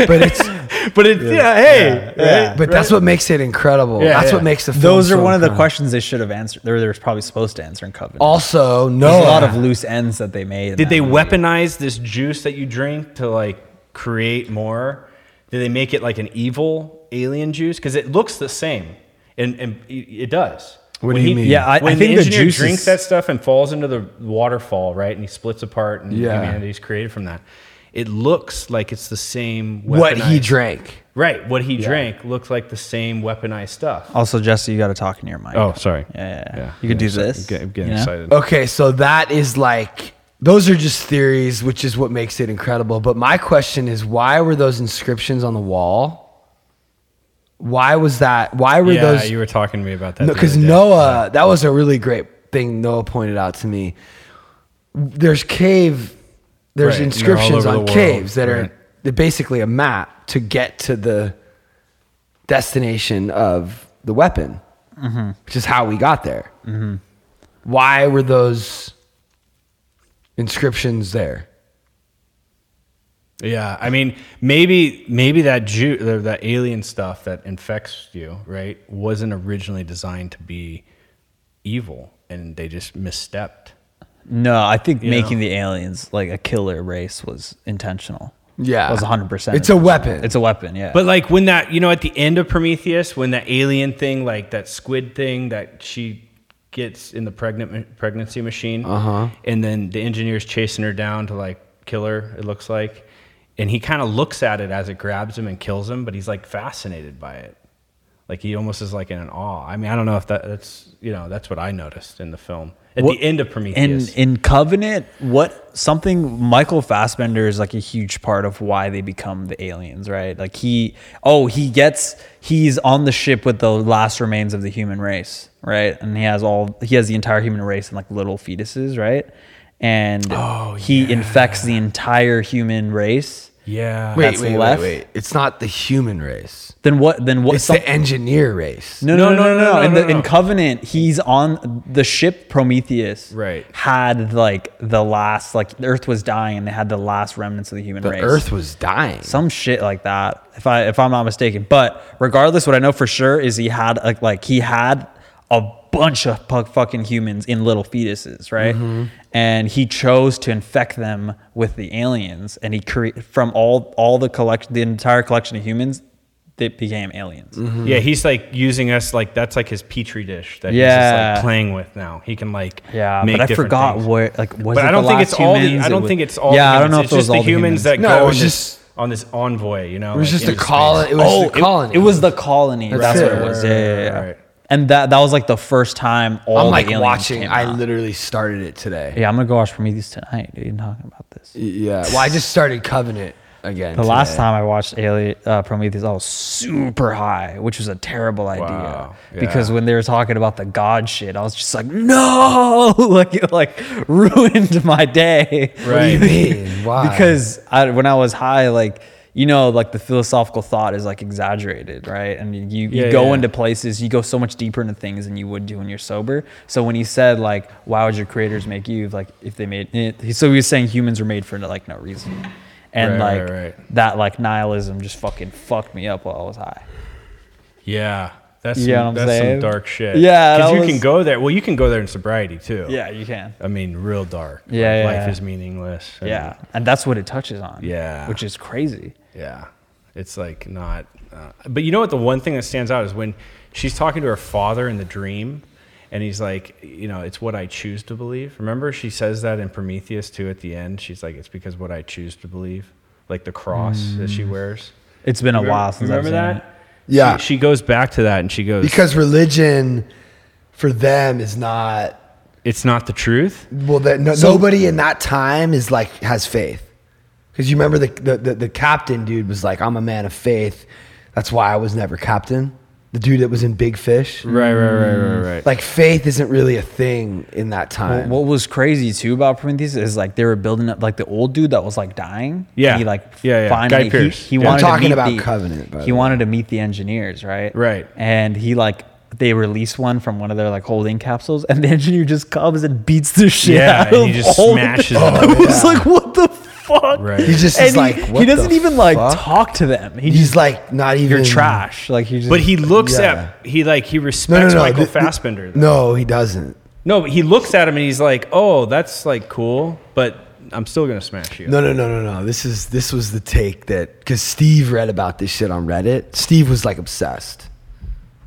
B: But it's.
C: But it, yeah, hey,
D: Yeah.
B: But that's what makes it incredible.
C: Yeah,
B: that's
C: yeah.
B: what makes the. Film
D: Those are
B: so
D: one of the
B: incredible.
D: questions they should have answered. They're, they're probably supposed to answer in Covenant.
B: Also, no.
D: There's a lot of loose ends that they made. in
C: Did
D: that
C: they
D: movie.
C: weaponize this juice that you drink to like create more? Did they make it like an evil alien juice? Because it looks the same, and and it- it does.
B: What do
C: When
B: you
C: he-
B: mean?
D: Yeah, I,
C: when
D: I think
C: the
D: the,
C: engineer
D: juice
C: drinks
D: is,
C: that stuff and falls into the waterfall, right? And he splits apart, and
B: Yeah.
C: humanity's created from that. It looks like it's the same.
B: what he
C: weaponized-
B: drank.
C: right? What he drank looked like the same weaponized stuff.
D: Also, Jesse, you got to talk in your mic.
C: Oh, sorry.
D: yeah, yeah.
C: Yeah.
D: You could do
C: I'm sorry.
D: this.
C: I'm getting- I'm getting
D: you know?
C: excited.
B: Okay, so that is like those are just theories, which is what makes it incredible. But my question is, why were those inscriptions on the wall? Why was that? Why were
C: Yeah,
B: those?
C: you were talking to me about that. the
B: because
C: other day.
B: Noah, that was a really great thing Noah pointed out to me. There's cave, there's
C: Right, and they're all
B: inscriptions
C: over the
B: on
C: world,
B: caves that are
C: right.
B: they're basically a map to get to the destination of the weapon,
C: Mm-hmm.
B: which is how we got there. Why were those inscriptions there?
C: Yeah, I mean, maybe maybe that Jew, the- that alien stuff that infects you, right, wasn't originally designed to be evil, and they just misstepped.
D: No, I think
C: know?
D: making the aliens like a killer race was intentional.
B: Yeah.
D: It was 100%.
B: It's a
D: intentional.
B: weapon.
D: It's a weapon, yeah.
C: But like when that, you know, at the end of Prometheus, when that alien thing, like that squid thing that she gets in the pregnant pregnancy machine,
B: Uh-huh.
C: and then the engineer's chasing her down to like kill her. It looks like, and he kind of looks at it as it grabs him and kills him, but he's like fascinated by it. Like he almost is like in an awe. I mean, I don't know if that, that's you know that's what I noticed in the film at
D: What-
C: the end of
D: in,
C: Prometheus.
D: in Covenant, what something Michael Fassbender is like a huge part of why they become the aliens, right? Like he, oh, he gets, he's on the ship with the last remains of the human race, right? And he has all, he has the entire human race and like little fetuses, right? And
B: Oh,
D: he infects the entire human race.
C: yeah,
B: Wait,
D: That's
B: wait,
D: left.
B: wait, wait. It's not the human race.
D: Then what? Then what?
B: It's
D: some-
B: the engineer race.
D: No, no, no, no, no.
C: no,
D: in,
C: no,
D: the,
C: no.
D: in Covenant, he's on the ship Prometheus.
C: Right.
D: Had like the last, like the Earth was dying, and they had the last remnants of the human
B: the
D: race.
B: Earth was dying.
D: some shit like that. If I, if I'm not mistaken, but regardless, what I know for sure is he had like, like he had a bunch of pu- fucking humans in little fetuses, right? And he chose to infect them with the aliens, and he created from all all the collection, the entire collection of humans, they became aliens.
C: Yeah, he's like using us like that's like his petri dish that he's just
D: Yeah.
C: like playing with now. He can like
D: Yeah,
C: make
D: but I
C: different
D: forgot
C: things.
D: what like was
C: but
D: it
C: I
D: the
C: don't think
D: last
C: it's all. The,
D: humans?
C: I
D: It
C: don't
D: was-
C: think it's all.
D: Yeah,
C: the
D: I don't
C: humans.
D: know if
C: it's
D: those
C: just
D: all
C: the
D: the humans.
C: humans that
B: No,
C: go
B: it
C: on
B: was
C: this-
B: just-
C: on this envoy. You know,
B: It was
C: like,
B: just a
C: into
B: call.
C: space.
B: It was
D: oh,
B: the colony.
D: It, was the colony.
B: That's
D: That's,
B: it.
D: what it was. Yeah, yeah, yeah.
C: Right.
D: And that that was like the first time all
B: I'm
D: Oh, the
B: like
D: aliens
B: watching.
D: came
B: I
D: out.
B: literally started it today.
D: yeah, I'm gonna go watch Prometheus tonight. Dude, and talking about this.
B: Yeah. Well, I just started Covenant again.
D: The last
B: today.
D: time I watched Alien uh, Prometheus, I was super high, which was a terrible idea.
C: Wow,
D: Because
C: yeah.
D: when they were talking about the god shit, I was just like, no, like it like ruined my day.
C: Right.
B: What do you mean? Why?
D: Because I, when I was high, like you know, like the philosophical thought is like exaggerated, right? And you, you
C: Yeah,
D: go
C: yeah.
D: into places, you go so much deeper into things than you would do when you're sober. So when he said like, "Why would your creators make you?" Like if they made it, so he was saying humans were made for like no reason, and
C: Right,
D: like
C: right, right.
D: that like nihilism just fucking fucked me up while I was high.
C: Yeah, that's
D: You get what
C: some,
D: I'm
C: that's
D: saying?
C: some dark shit.
D: Yeah,
C: because
D: that
C: you
D: was-
C: can go there. Well, you can go there in sobriety too.
D: Yeah, you can.
C: I mean, real dark.
D: Yeah,
C: like,
D: yeah,
C: life
D: yeah.
C: is meaningless. and-
D: Yeah, and that's what it touches on.
C: Yeah.
D: which is crazy.
C: Yeah. It's like not. Uh, but you know what? The one thing that stands out is when she's talking to her father in the dream, and he's like, you know, it's what I choose to believe. Remember, she says that in Prometheus too at the end. She's like, it's because what I choose to believe, like the cross that
D: Mm.
C: she wears.
D: It's been a while since
C: Remember
D: I've seen
C: that?
D: It.
B: Yeah.
C: She, she goes back to that and she goes,
B: because religion for them is not
C: it's not the truth.
B: well. That no, nobody in that time is like has faith. Because you remember the, the the the captain dude was like, "I'm a man of faith." That's why I was never captain. the dude that was in Big Fish.
C: Right, right, right, right, right.
B: Like faith isn't really a thing in that
D: What,
B: time.
D: what was crazy too about Prometheus is like they were building up like the old dude that was like dying.
C: Yeah.
D: he like
C: Yeah, yeah.
D: finally
C: Guy
D: he-
C: Pearce.
D: He,
C: Yeah. I'm
D: wanted
B: talking
D: to meet
B: about
D: the,
B: Covenant, by
D: He
B: the way.
D: wanted to meet the engineers, right?
C: Right.
D: And he like they release one from one of their like holding capsules, and the engineer just comes and beats the shit
C: Yeah,
D: out
C: and
D: of
C: he just
D: all the-
C: smashes them.
D: I was like, what the fuck?
C: Right.
B: He just
D: and
B: is
D: he,
B: like,
D: he
B: "What
D: doesn't
B: the
D: even like
B: fuck?"
D: talk to them. He
B: He's
D: just
B: like not even.
D: you're trash. Like he just
C: But he looks
B: Yeah.
C: at he like he
B: No, no,
C: respects
B: no.
C: Michael
B: th- th-
C: Fassbender. No.
B: No, he doesn't.
C: no, but he looks at him and he's like, "Oh, that's like cool, but I'm still gonna smash you."
B: No, no, no, no, no. This is this was the take that because Steve read about this shit on Reddit. Steve was like obsessed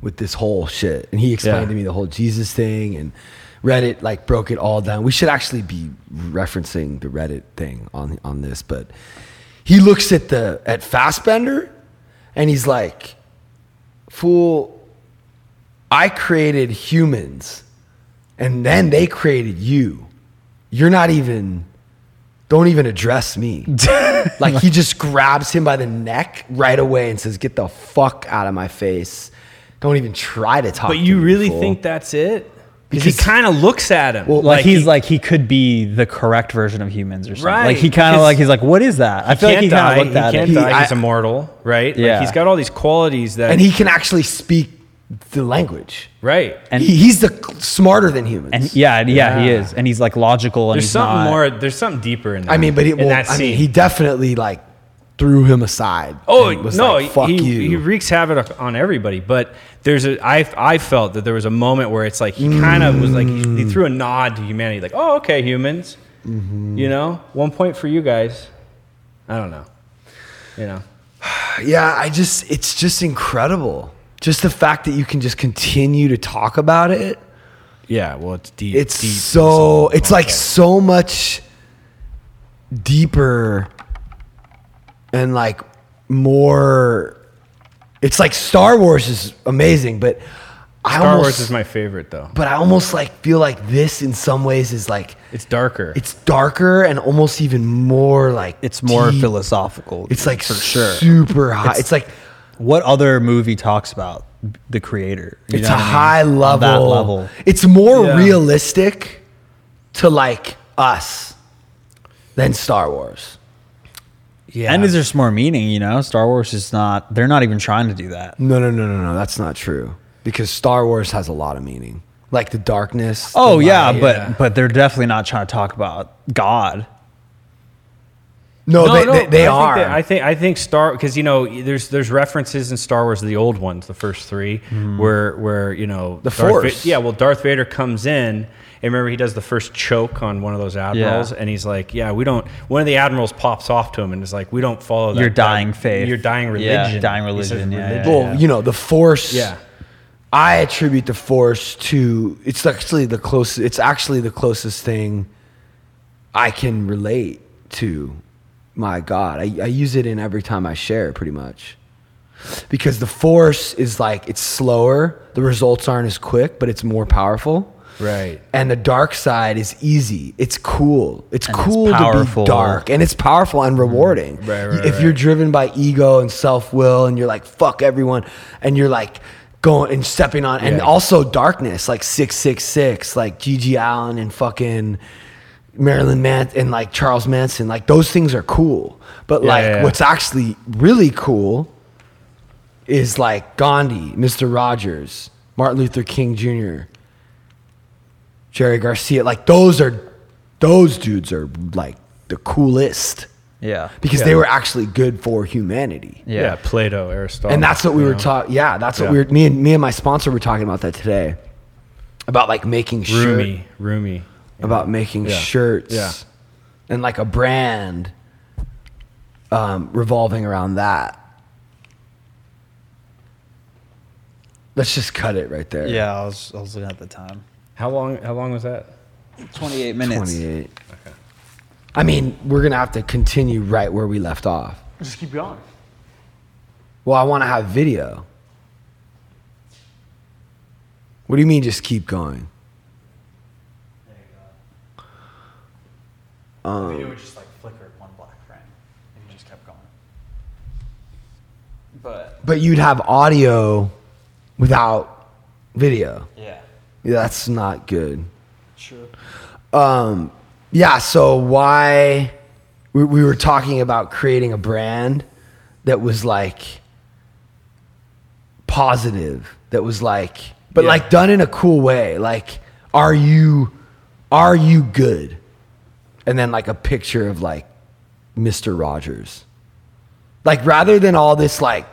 B: with this whole shit, and he explained
C: Yeah.
B: to me the whole Jesus thing and Reddit like broke it all down. We should actually be referencing the Reddit thing on on this, but he looks at the at Fassbender, and he's like, "Fool, I created humans, and then they created you. You're not even." Don't even address me. Like he just grabs him by the neck right away and says, "Get the fuck out of my face! Don't even try to talk."
C: But
B: to
C: you
B: me,
C: really
B: fool."
C: think that's it? Because
B: Because-
C: he kind of looks at him.
B: Well,
D: like, he's
C: he-
D: like he could be the correct version of humans or something.
C: Right,
D: Like he kind of
C: because
D: like he's like, what is that? I feel like
C: can't
D: he
C: die.
D: kind of looked
C: he
D: at
C: can't
D: it.
C: die.
B: He-
C: he's
B: I-
C: immortal, right?
D: Yeah.
C: Like he's got all these qualities that
B: and he can actually speak the language.
C: right.
D: And-
B: he, he's the cl- smarter than humans.
D: And yeah, yeah, he
C: Yeah.
D: is, and he's like logical and
C: There's
D: he's
C: something
D: not-
C: more. There's something deeper in that.
B: I mean, but he,
C: in
B: well,
C: that
B: I mean,
C: scene.
B: he definitely like threw him aside.
C: Oh
B: and was
C: no!
B: like, fuck
C: he,
B: you.
C: he wreaks havoc on everybody. But there's a I I felt that there was a moment where it's like he kind of was like he,
B: Mm.
C: he threw a nod to humanity, like oh okay humans,
B: Mm-hmm.
C: you know one point for you guys. I don't know, you know.
B: yeah, I just it's just incredible. Just the fact that you can just continue to talk about it.
C: Yeah, well it's deep.
B: It's so it's like so much deeper and like more it's like Star Wars is amazing, but I
C: Star
B: almost
C: Wars is my favorite though.
B: but I almost like feel like this in some ways is like
C: It's darker.
B: it's darker and almost even more like
D: It's more
B: deep.
D: philosophical.
B: It's like
D: for sure.
B: super high. It's, like
D: What other movie talks about the creator? You
B: it's
D: know
B: a
D: what I mean?
B: high
D: On
B: level.
D: That level.
B: It's more
C: Yeah.
B: realistic to like us than Star Wars.
C: yeah.
D: And there's more meaning, you know. Star Wars is not. They're not even trying to do that.
B: No, no, no, no, no. That's not true because Star Wars has a lot of meaning, like the darkness. the
D: Oh yeah,
B: light.
D: but
C: yeah.
D: but they're definitely not trying to talk about God.
B: no, Oh, they,
C: I
B: they,
C: think
B: they are.
C: I think I think Star because you know there's there's references in Star Wars the old ones, the first three, where where you know
B: The
C: Darth Va-
B: Force.
C: yeah, well, Darth Vader comes in. And remember, he does the first choke on one of those admirals,
D: Yeah.
C: and he's like, "Yeah, we don't." One of the admirals pops off to him and is like, "We don't follow that
D: Your
C: that-
D: dying faith.
C: your dying
D: Yeah,
C: religion,
D: dying
C: He says
D: religion, yeah, yeah,
B: well, you know, the Force.
C: Yeah.
B: I attribute the Force to. It's actually the closest. It's actually the closest thing I can relate to my God. I, I use it in every time I share, pretty much. Because the force is like it's slower, the results aren't as quick, but it's more powerful.
C: right?
B: And the dark side is easy. It's cool. It's
D: And it's
B: cool to
D: powerful.
B: be dark, and it's powerful and rewarding.
C: Right, right,
B: if
C: right.
B: you're driven by ego and self will, and you're like fuck everyone, and you're like going and stepping on, and
C: Yeah.
B: also darkness, like six six six, like Gigi Allen and fucking Marilyn Manson and like Charles Manson, like those things are cool. But
C: Yeah,
B: like
C: yeah, yeah.
B: what's actually really cool is like Gandhi, Mr. Rogers, Martin Luther King Jr. Jerry Garcia, like those are those dudes are like the coolest
D: Yeah.
B: because
C: Yeah.
B: they were actually good for humanity.
C: Yeah. Plato, Aristotle,
B: And that's what we
C: you
B: were
C: know?
B: talking. Yeah, that's what
C: Yeah.
B: we were. Me and me and my sponsor were talking about that today, about like making sure
C: Rumi, Rumi.
B: about making
C: Yeah.
B: shirts
C: Yeah.
B: and like a brand um, revolving around that. Let's just cut it right there.
D: Yeah, I was I was looking at the time.
C: How long? How long was that?
D: Twenty eight minutes.
B: 28. I mean, we're going to have to continue right where we left off.
A: Just keep going.
B: Well, I want to have video. What do you mean just keep going?
A: The video would just like flicker one black frame, and you just kept going. But
B: But you'd have audio without video.
A: Yeah.
B: Yeah, that's not good.
A: Sure.
B: Um, yeah. So why we, we were talking about creating a brand that was like positive, that was like, but
C: Yeah.
B: like done in a cool way. Like, are you, are you good? And then like a picture of like Mr. Rogers. Like rather than all this like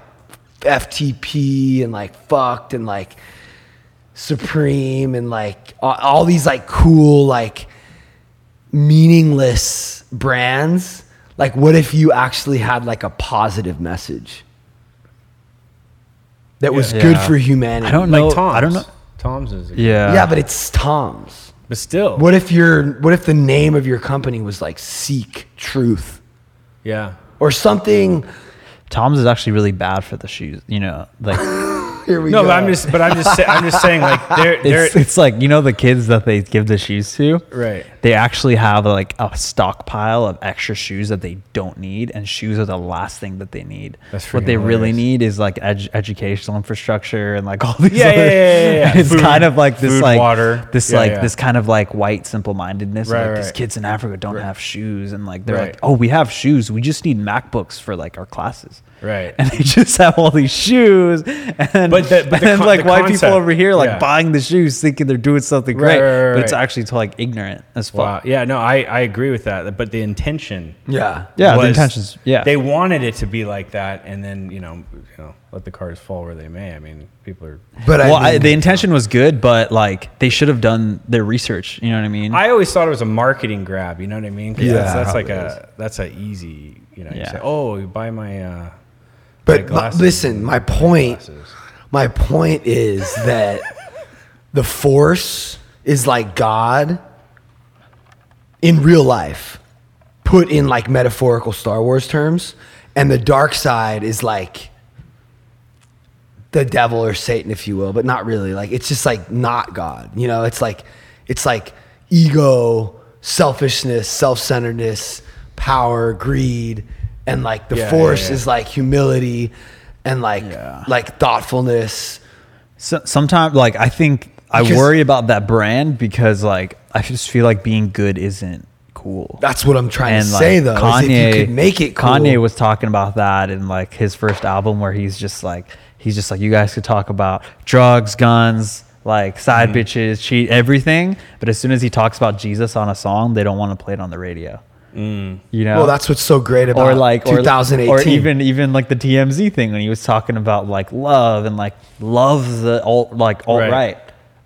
B: FTP and like fucked and like Supreme and like all, all these like cool like meaningless brands. Like what if you actually had like a positive message that was good
D: Yeah.
B: for humanity?
D: I don't know.
C: Like Tom's.
D: I don't know.
C: Tom's is. A
D: Yeah.
B: Yeah, but it's Tom's.
C: But still.
B: What if your what if the name of your company was like Seek Truth
C: Yeah.
B: or something?
D: Tom's is actually really bad for the shoes. You know, like
B: Here we
C: No,
B: go.
C: but I'm just. But I'm just. sa- I'm just saying. Like they're. they're
D: it's, it's like you know the kids that they give the shoes to.
C: Right.
D: They actually have like a stockpile of extra shoes that they don't need, and shoes are the last thing that they need.
C: That's
D: what
C: freaking
D: they really
C: hilarious.
D: need is like edu- educational infrastructure and like all these.
C: Yeah,
D: other,
C: yeah, yeah, yeah, yeah.
D: and it's
C: Food-
D: kind of like this
C: food,
D: like
C: water.
D: this
C: Yeah,
D: like
C: yeah.
D: this kind of like white simple mindedness.
C: Right,
D: like these
C: right.
D: kids in Africa don't have shoes, and like they're
C: Right.
D: like, oh, we have shoes. We just need MacBooks for like our classes.
C: Right.
D: And they just have all these shoes, and
C: But the- but the
D: and
C: con-
D: like
C: the
D: white
C: concept,
D: people over here like
C: yeah.
D: buying the shoes thinking they're doing something
C: Right,
D: great,
C: right, right,
D: but it's
C: right.
D: actually to like ignorant as fuck.
C: Wow. Yeah. No, I I agree with that. But the intention.
B: yeah.
D: Yeah, the
C: was-
D: intentions. Yeah,
C: They wanted it to be like that, and then you know, you know, let the cards fall where they may. I mean, people are.
B: But
D: well,
B: I,
D: I,
B: mean,
D: the intention was good, but like they should have done their research. You know what I mean?
C: I always thought it was a marketing grab. You know what I mean? 'Cause
B: Yeah,
C: that's, that's like
B: probably
C: a that's a easy. You know, you
D: Yeah.
C: say, oh, you buy my. Uh,
B: but my-
C: glasses
B: listen,
C: and
B: my point,
C: glasses.
B: my point is that the force is like God in real life, put in like metaphorical Star Wars terms, and the dark side is like the devil or Satan, if you will, but not really. Like it's just like not God. You know, it's like it's like ego, selfishness, self-centeredness, power, greed, and like the
C: Yeah, yeah,
B: force
C: yeah.
B: is like humility and like
D: Yeah.
B: like thoughtfulness.
D: So, sometimes, like I think I
B: Because-
D: worry about that brand because like I just feel like being good isn't cool.
B: That's what I'm trying
D: and
B: to
D: like
B: say though. is
D: Kanye,
B: if you could make it cool,
D: Kanye was talking about that in like his first album, where he's just like, he's just like, you guys could talk about drugs, guns, like side
B: Mm-hmm.
D: bitches, cheat, everything. But as soon as he talks about Jesus on a song, they don't want to play it on the radio. You know,
B: Mm. Well, that's what's so great about
D: or like or-
B: 2018.
D: or, even even like the TMZ thing when he was talking about like love and like love the alt like alt right,
C: Right.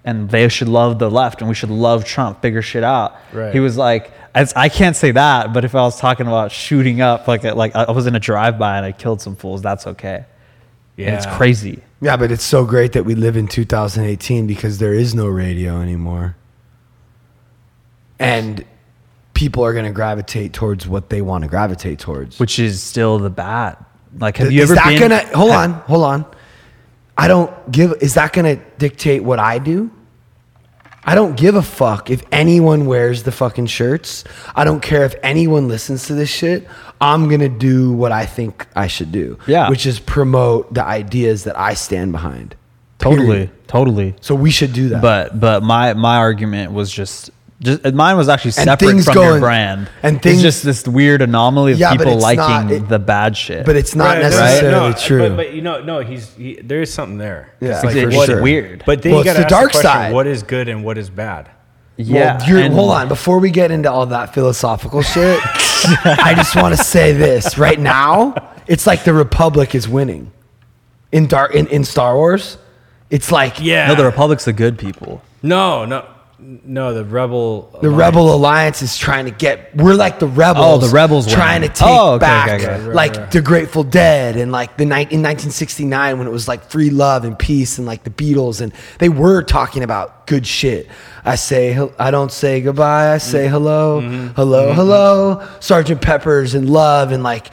D: and they should love the left and we should love Trump figure shit out.
C: Right.
D: He was like, as, I can't say that, but if I was talking about shooting up like like I was in a drive by and I killed some fools, that's okay.
C: Yeah,
D: And it's crazy.
B: yeah, but it's so great that we live in 2018 because there is no radio anymore, and people are going to gravitate towards what they want to gravitate towards.
D: Which is still the bad. Like have
B: Th-
D: you
B: is
D: ever
B: that
D: been
B: gonna hold on? Hold on. I don't give. Is that going to dictate what I do? I don't give a fuck if anyone wears the fucking shirts. I don't care if anyone listens to this shit. I'm gonna do what I think I should do.
D: Yeah.
B: Which is promote the ideas that I stand behind.
D: Totally.
B: Period.
D: Totally.
B: So we should do that.
D: But but my my argument was just just and mine was actually
B: And
D: separate
B: things
D: from
B: go
D: your
B: in-
D: brand.
B: and
D: It's
B: things-
D: just this weird anomaly of
B: Yeah, but
D: people
B: it's
D: liking
B: not- it-
D: the bad shit.
B: but it's not
C: Right, no, no,
B: necessarily
C: no,
B: true.
C: But, but you know, no, he's he, there is something there.
B: Yeah,
C: It's like,
B: for
D: it's
C: what-
B: sure.
D: weird.
C: But then
B: Well,
C: you got
B: it's the
C: to ask
B: dark
C: the question:
B: side.
C: What is good and what is bad?
D: yeah,
B: Well, you're,
D: and-
B: hold on. Before we get into all that philosophical shit, I just want to say this right now. It's like the Republic is winning in dark in, in Star Wars. It's like
C: Yeah.
D: No, the Republic's the good people.
C: No, no, no. The rebel.
B: the
C: alliance.
B: Rebel Alliance is trying to get. We're like the rebels.
D: Oh, the rebels
B: trying
D: winning.
B: to take
D: Oh, okay,
B: back
D: okay, okay.
B: like
C: right.
B: the Grateful Dead and like the night in 1969 when it was like free love and peace and like the Beatles and they were talking about good shit. I say hel- I don't say goodbye. I say hello,
C: Mm-hmm.
B: hello, hello. Sergeant Pepper's and love and like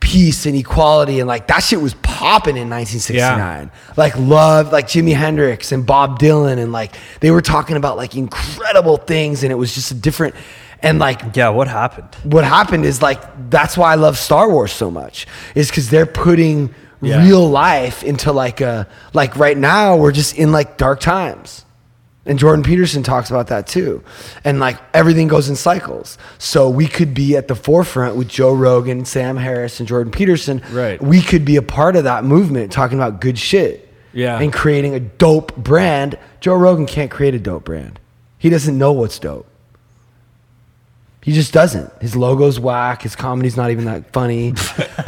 B: peace and equality and like that shit was popping in 1969 like love like jimi hendrix and bob dylan and like they were talking about like incredible things and it was just a different and like
D: Yeah, what happened?
B: what happened is like that's why I love Star Wars so much is because they're putting
D: Yeah.
B: real life into like a like right now we're just in like dark times. And Jordan Peterson talks about that too. And like everything goes in cycles. So we could be at the forefront with Joe Rogan, Sam Harris, and Jordan Peterson.
C: Right.
B: We could be a part of that movement talking about good shit.
C: Yeah.
B: And creating a dope brand. Joe Rogan can't create a dope brand. He doesn't know what's dope. He just doesn't. His logo's whack. His comedy's not even that funny.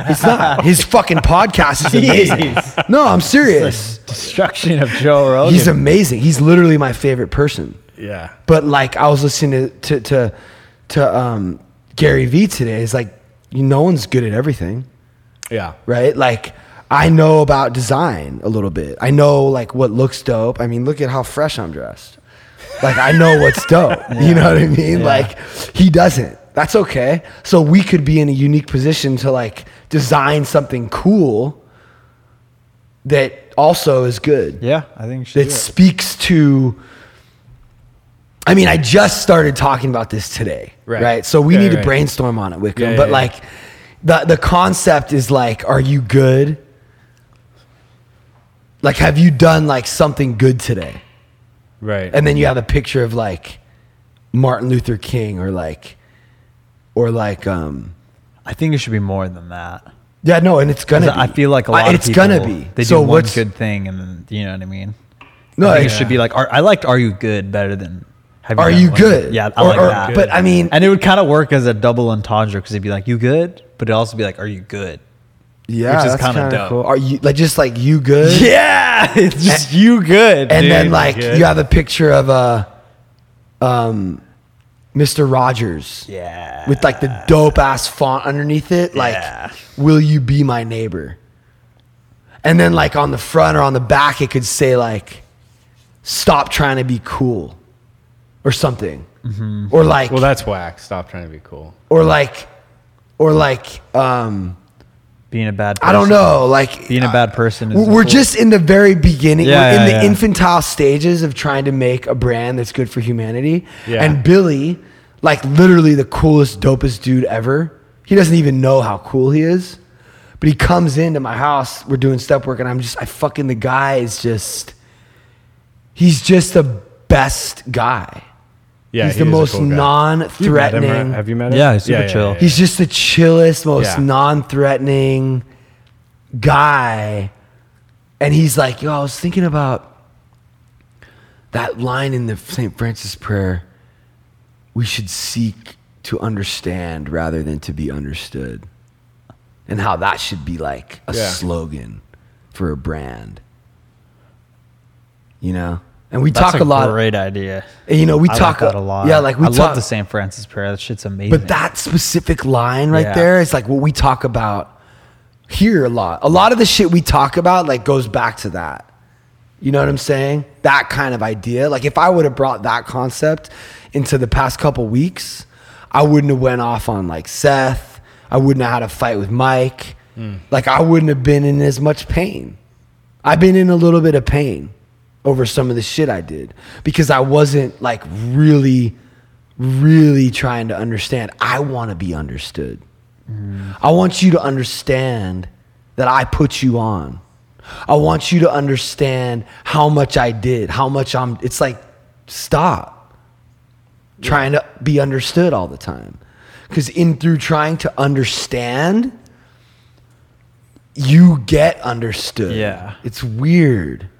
B: it's not. His fucking podcast is amazing. No, I'm serious.
D: Destruction of Joe Rogan.
B: He's amazing. He's literally my favorite person.
C: Yeah.
B: But like, I was listening to to to, to um, Gary Vee today. It's like, no one's good at everything
C: Yeah.
B: right? Like I know about design a little bit. I know like what looks dope. I mean, look at how fresh I'm dressed. Like I know what's dope. You know what I mean? Like he doesn't. That's okay. So we could be in a unique position to like design something cool that also is good
D: yeah, I think she
B: that speaks to I mean, I just started talking about this today,
C: Right.
B: right? So we
C: Yeah,
B: need to
C: right.
B: brainstorm on it, Wickham.
C: Yeah,
B: but
C: yeah,
B: like, the the concept is like, are you good? Like, have you done like something good today?
C: Right.
B: And then you have a picture of like Martin Luther King or like, or like, um,
D: I think it should be more than that.
B: yeah, no, and it's gonna.
D: 'Cause I
B: be.
D: feel like a
B: Uh,
D: lot
B: it's
D: of people,
B: gonna be.
D: They
B: so
D: do one
B: what's
D: good thing, and then you know what I mean.
B: No,
D: I think
B: yeah.
D: it should be like. Are, I liked "Are You Good" better than have
B: Are
D: done
B: you
D: one?
B: good?
D: Yeah, I
B: Or-
D: like
B: or-
D: that.
B: But I mean,
D: and it would kind of work as a double entendre because it'd be like "You good," but it'd also be like "Are you good?"
B: yeah,
D: which is
B: that's
D: kinda
B: kinda
D: dope.
B: cool. Are you like just like you good?
D: Yeah, it's just you good.
B: and
D: dude.
B: then like
C: good.
B: you have a picture of uh, um, Mr. Rogers
D: yeah,
B: with like the dope ass font underneath it, like
D: Yeah.
B: "Will you be my neighbor?" And then like on the front or on the back, it could say like "Stop trying to be cool" or something,
D: Mm-hmm.
B: or like
C: well, that's whack. Stop trying to be cool.
B: or like or like um,
D: being a bad. Person.
B: I don't know, like uh,
D: Being a bad person. Is
B: We're we're just in the very beginning,
D: Yeah,
B: we're in
D: yeah,
B: the
D: yeah.
B: infantile stages of trying to make a brand that's good for humanity.
C: Yeah.
B: And Billy, like literally the coolest, dopest dude ever. He doesn't even know how cool he is, but he comes into my house. We're doing step work, and I'm just, I fucking, the guy is just, he's just the best guy.
C: Yeah.
B: he's
C: he
B: the
C: is a
B: most
C: cool guy. You've met him, right?
B: non-threatening.
C: Have you met him?
D: Yeah, he's super chill.
C: yeah.
B: He's just the chillest, most
C: Yeah.
B: non-threatening guy. And he's like, yo, I was thinking about that line in the St. Francis prayer. We should seek to understand rather than to be understood. And how that should be like a
C: Yeah.
B: slogan for a brand. You know? And we
D: That's
B: talk a, lot.
D: Great idea.
B: and, you know, we
D: I
B: talk
D: like that a lot.
B: Yeah, like we
D: I
B: talk
D: love the St. Francis prayer. That shit's amazing.
B: but that specific line right
D: Yeah.
B: there is like what we talk about here a lot. A lot of the shit we talk about like goes back to that. You know what I'm saying? That kind of idea. Like if I would have brought that concept into the past couple weeks, I wouldn't have went off on like Seth. I wouldn't have had a fight with Mike.
D: Hmm.
B: Like I wouldn't have been in as much pain. I've been in a little bit of pain over some of the shit I did because I wasn't like really, really trying to understand. I want to be understood. I want you to understand that I put you on. I want you to understand how much I did, how much I'm. It's like, stop trying to be understood all the time. Because in through trying to understand, you get understood.
D: Yeah.
B: It's weird.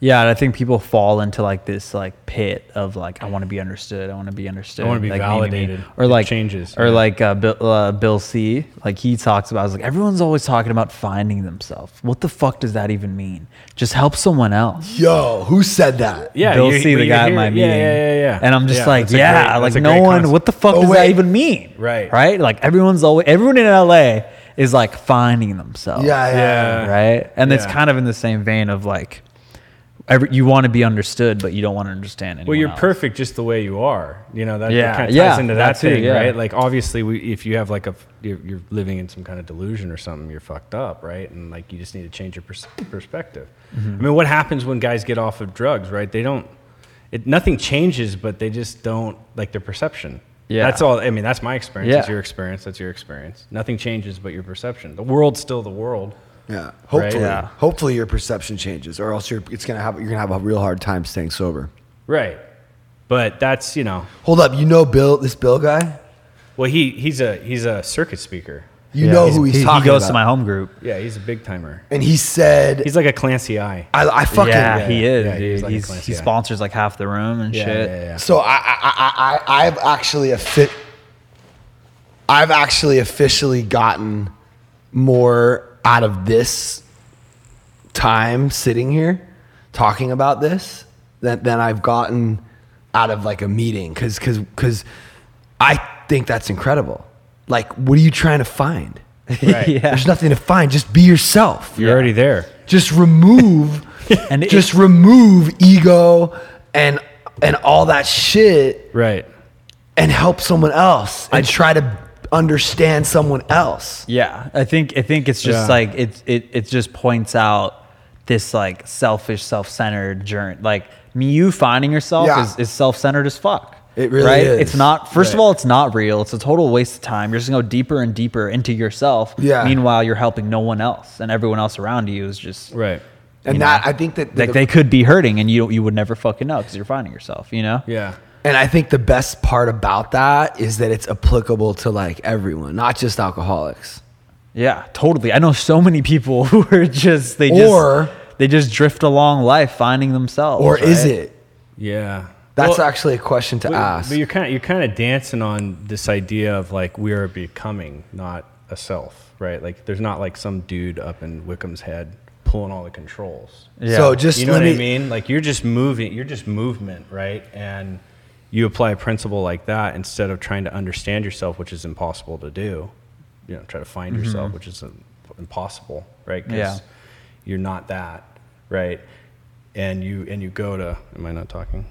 D: yeah, and I think people fall into like this like pit of like I want to be understood. I want to be understood.
C: I wanna be
D: like, me to me.
C: validated.
D: Or
C: It
D: like
C: changes,
D: Or
C: yeah.
D: like uh, Bill, uh, Bill C. Like he talks about. I was like everyone's always talking about finding themselves. What the fuck does that even mean? Just help someone else.
B: Yo, who said that?
C: Yeah,
D: Bill
C: you-
D: C, the
C: you
D: guy
C: hear-
D: at my meeting.
C: Yeah, yeah, yeah. yeah.
D: And I'm just
C: Yeah,
D: like,
C: that's a
D: yeah,
C: great- that's a
D: like no
C: great
D: one.
C: concept.
D: What the fuck
B: Oh,
D: does that
B: wait.
D: even mean?
C: Right.
D: Right. Like everyone's always. Everyone in LA is like finding themselves.
B: Yeah, yeah.
C: Yeah.
D: Right. And it's
C: Uh, Yeah.
D: kind of in the same vein of like, every, you want to be understood, but you don't want to understand anyone.
C: Well, you're
D: else.
C: perfect just the way you are. You know that,
D: Yeah,
C: kind of ties
D: yeah,
C: into
D: that
C: that
D: too,
C: thing,
D: yeah.
C: right? Like obviously, we, if you have like a f- you're, you're living in some kind of delusion or something, you're fucked up, right? And like you just need to change your pers- perspective.
D: Mm-hmm.
C: I mean, what happens when guys get off of drugs, right? They don't. It nothing changes, but they just don't like their perception.
D: Yeah.
C: that's all. I mean, that's my experience. That's
D: Yeah.
C: your experience. That's your experience. Nothing changes but your perception. The world's still the world.
B: Yeah. Hopefully,
D: Yeah.
B: hopefully your perception changes, or else you're it's gonna have you're gonna have a real hard time staying sober.
C: Right. But that's, you know,
B: Hold up, you know Bill, this Bill guy.
C: well, he, he's a he's a circuit speaker.
B: You
D: Yeah,
B: know who he's
D: he,
B: talking
D: He goes
B: about.
D: to my home group.
C: Yeah, he's a big timer.
B: and he said,
C: He's like a Clancy Eye.
B: I, "I fucking."
D: yeah,
C: yeah,
D: he
C: yeah,
D: is,
C: yeah,
D: dude.
C: he's
D: He's,
C: like a class
D: he
C: guy.
D: sponsors like half the room and
C: Yeah,
D: shit.
C: yeah, yeah.
B: So I, I, I, I, I've actually a fit. I've actually officially gotten more out of this time sitting here talking about this than, than I've gotten out of like a meeting because because because I think that's incredible. Like, what are you trying to find?
C: Right.
D: Yeah.
B: There's nothing to find. Just be yourself.
C: You're already there.
B: Just remove
D: And it-
B: just remove ego and and all that shit
C: Right.
B: and help someone else and try to understand someone else.
D: Yeah, I think I think it's just
C: Yeah.
D: like it it it just points out this like selfish, self-centered journey. Like me, you finding yourself
B: Yeah.
D: is, is self-centered as fuck.
B: It really
D: right?
B: is.
D: It's not. First of
C: Right.
D: all, it's not real. It's a total waste of time. You're just gonna go deeper and deeper into yourself.
B: Yeah.
D: Meanwhile, you're helping no one else, and everyone else around you is just
C: Right.
B: And
D: You
B: that
D: know,
B: I think that
D: Like
B: the-
D: they could be hurting, and you you would never fucking know because you're finding yourself. You know.
C: Yeah.
B: and I think the best part about that is that it's applicable to like everyone, not just alcoholics.
D: Yeah, totally. I know so many people who are just they
B: Or-
D: just they just drift along life finding themselves.
B: Or is
D: right?
B: it?
C: Yeah.
B: That's
C: Well,
B: actually a question to
C: but-
B: ask.
C: But you're kind of you're kind of dancing on this idea of like we are becoming, not a self, right? Like there's not like some dude up in Wickham's head pulling all the controls.
D: Yeah.
B: So just
C: you know
B: let
C: what
B: me
C: I mean? Like you're just moving, you're just movement, right? And you apply a principle like that instead of trying to understand yourself, which is impossible to do. You know, try to find yourself, which is im- impossible, right? 'Cause
D: Yeah.
C: you're not that, right? And you and you go to. Am I not talking?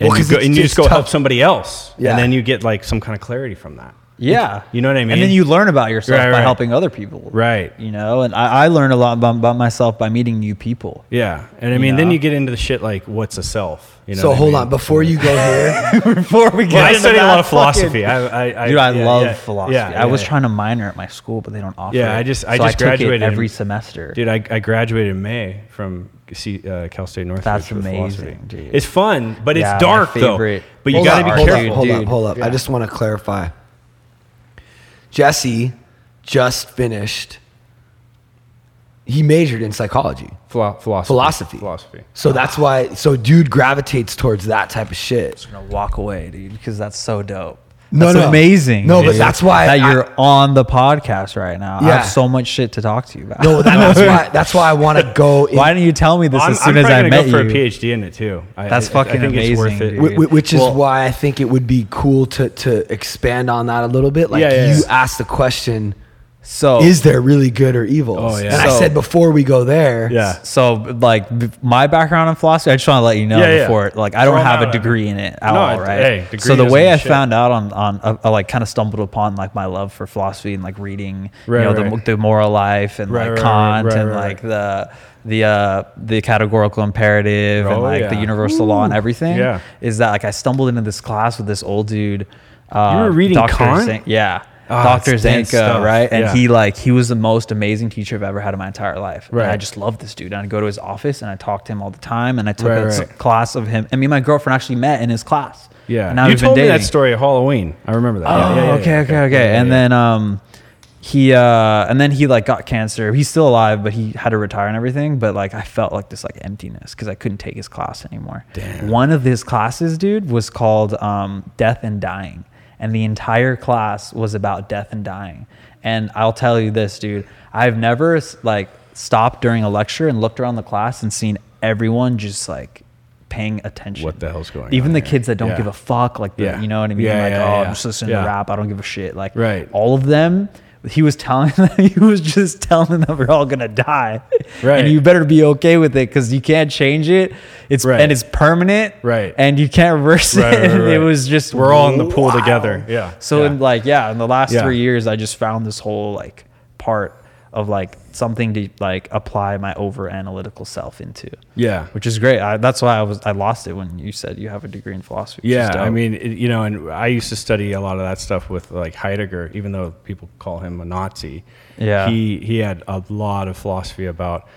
C: And
B: Well,
C: you
B: 'cause
C: go,
B: it's-
C: and you
B: it's
C: just go help
B: tough.
C: somebody else,
B: Yeah.
C: and then you get like some kind of clarity from that.
D: Yeah.
C: You know what I mean?
D: And then you learn about yourself
C: Right,
D: by
C: right.
D: helping other people.
C: Right.
D: You know, and I, I learned a lot about, about myself by meeting new people.
C: Yeah, and I mean, then
D: Yeah.
C: you get into the shit like, what's a self? You know
B: so
C: what I
B: hold
C: mean?
B: on before you go here.
D: Before we get
C: Well, I
D: into
C: studied a
D: that
C: lot of
D: fucking-
C: philosophy. I, I, I,
D: Dude, I
C: yeah,
D: love
C: yeah,
D: philosophy.
C: yeah,
D: I was
C: yeah.
D: trying to minor at my school, but they don't offer
C: Yeah,
D: it.
C: I just- I
D: So
C: just
D: took it
C: graduated
D: every
C: in-
D: semester.
C: Dude, I, I graduated in May from C, uh, Cal State Northridge.
D: That's
C: with philosophy.
D: amazing, dude.
C: It's fun, but
D: Yeah, my
C: it's dark though.
D: favorite.
C: But you
B: Hold
C: got
B: up,
C: to be
B: hold up,
C: careful.
B: hold
D: dude.
B: up, hold up. I
C: Yeah.
B: just want to clarify. Jesse just finished. He majored in psychology.
C: Philo- philosophy.
B: philosophy.
C: Philosophy.
B: So that's why. So dude gravitates towards that type of shit.
D: I'm going to walk away, dude, because that's so dope.
B: No,
D: That's
B: no.
D: amazing.
B: No, but
D: dude,
B: that's why
D: that
B: I-
D: you're on the podcast right now. I
B: Yeah.
D: have so much shit to talk to you about.
B: No, that, that's why. That's why I want to go. In,
D: Why didn't you tell me this
C: I'm,
D: as soon
C: I'm
D: as I
C: probably
D: met
C: going to go for
D: you?
C: a PhD in it too. I-
D: That's
C: I- I
D: fucking
C: think it's worth
D: amazing,
C: it.
D: dude.
B: whi- whi- which is
D: Well-
B: why I think it would be cool to to expand on that a little bit. Like
C: Yeah, yeah,
B: you
C: yeah.
B: asked the question:
D: So
B: Is there really good or evil?
C: Oh, yeah.
B: And I
D: So-
B: said before we go there.
C: Yeah.
D: So, like, b- my background in philosophy, I just want to let you know
C: Yeah, yeah.
D: before, like, I don't
C: Throw 'em
D: have
C: out
D: a
C: at me.
D: degree in it at
C: No,
D: all,
C: it-
D: right?
C: hey, degree
D: so the
C: doesn't
D: way I
C: shit.
D: found out on on I, I, like kind of stumbled upon like my love for philosophy and like reading,
C: Right,
D: you know,
C: right.
D: the, the moral life and
C: Right,
D: like
C: right, right,
D: Kant
C: right,
D: and
C: right,
D: like the the uh, the categorical imperative and
C: Oh,
D: like the
C: yeah.
D: universal law and everything.
C: Yeah.
D: Is that like I stumbled into this class with this old dude? Uh,
C: were reading
D: Dr.
C: Kant?
D: Zan- yeah.
C: Ah,
D: Dr.
C: it's dense
D: Zanka,
C: stuff.
D: right? And
C: Yeah.
D: he like he was the most amazing teacher I've ever had in my entire life. And I
C: Right.
D: just loved this dude. And I'd go to his office and I talked to him all the time. And I took
C: Right,
D: a s-
C: right.
D: class of him. And me and my girlfriend actually met in his class.
C: Yeah.
D: And now
C: you
D: we've
C: told
D: been
C: me
D: dating.
C: that story at Halloween. I remember that.
D: Oh,
C: Yeah, yeah, yeah,
D: okay,
C: yeah,
D: okay, okay.
C: yeah,
D: and
C: yeah.
D: then um, he uh, and then he like got cancer. He's still alive, but he had to retire and everything. But like I felt like this like emptiness because I couldn't take his class anymore. Damn. One of his classes, dude, was called um, Death and Dying, and the entire class was about death and dying. And I'll tell you this, dude, I've never s- like stopped during a lecture and looked around the class and seen everyone just like paying attention.
C: What the hell's going
D: Even
C: on
D: the
C: here?
D: kids that don't
C: Yeah.
D: give a fuck, like the,
C: Yeah.
D: you know what I mean?
C: Yeah,
D: like,
C: yeah,
D: oh,
C: yeah.
D: I'm just listening
C: Yeah.
D: to rap. I don't give a shit. Like
C: Right.
D: all of them, he was telling them he was just telling them that we're all gonna die.
C: Right.
D: And you better be okay with it because you can't change it. It's
C: Right.
D: and it's permanent.
C: Right.
D: And you can't reverse
C: Right,
D: it.
C: right, right.
D: It was just
C: We're all in the pool
D: wow.
C: together. Yeah.
D: So
C: Yeah.
D: in like yeah, in the last
C: Yeah.
D: three years I just found this whole like part of like something to like apply my over analytical self into.
C: Yeah.
D: Which is great. I, that's why I was I lost it when you said you have a degree in philosophy. which is
C: Yeah, I
D: dope.
C: mean, it, you know, and I used to study a lot of that stuff with like Heidegger, even though people call him a Nazi.
D: Yeah.
C: he he had a lot of philosophy about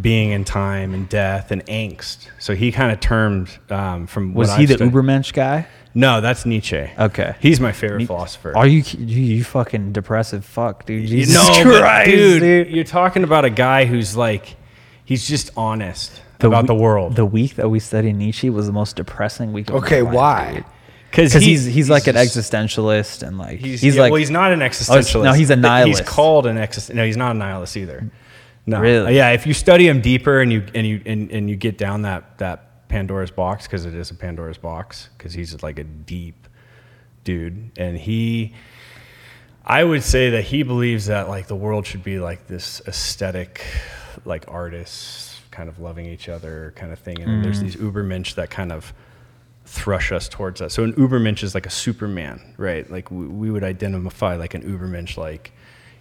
C: being in time and death and angst. So he kind of termed um, from
D: was
C: what
D: he
C: I've
D: the
C: studied-
D: Ubermensch guy?
C: No, that's Nietzsche.
D: Okay.
C: he's my favorite philosopher.
D: Are you you, you fucking depressive fuck, dude? Jesus
C: no, but
D: Christ,
C: dude,
D: dude.
C: You're talking about a guy who's like, he's just honest about
D: we-
C: the world.
D: The week that we studied Nietzsche was the most depressing week. Of
B: Okay,
D: my life, dude.
B: why?
D: Because he's, he's like an
C: just-
D: existentialist and like
C: He's,
D: he's,
C: yeah,
D: like oh,
C: well, he's not an existentialist.
D: no, he's a nihilist.
C: He's called an existentialist. No, he's not a nihilist either. No,
D: Really?
C: yeah. If you study him deeper and you and you and, and you get down that that Pandora's box because it is a Pandora's box because he's like a deep dude and he I would say that he believes that like the world should be like this aesthetic, like artists kind of loving each other kind of thing. And then
D: Mm.
C: there's these Ubermensch that kind of thrush us towards that. So an Ubermensch is like a Superman, right? Like we, we would identify like an Ubermensch, like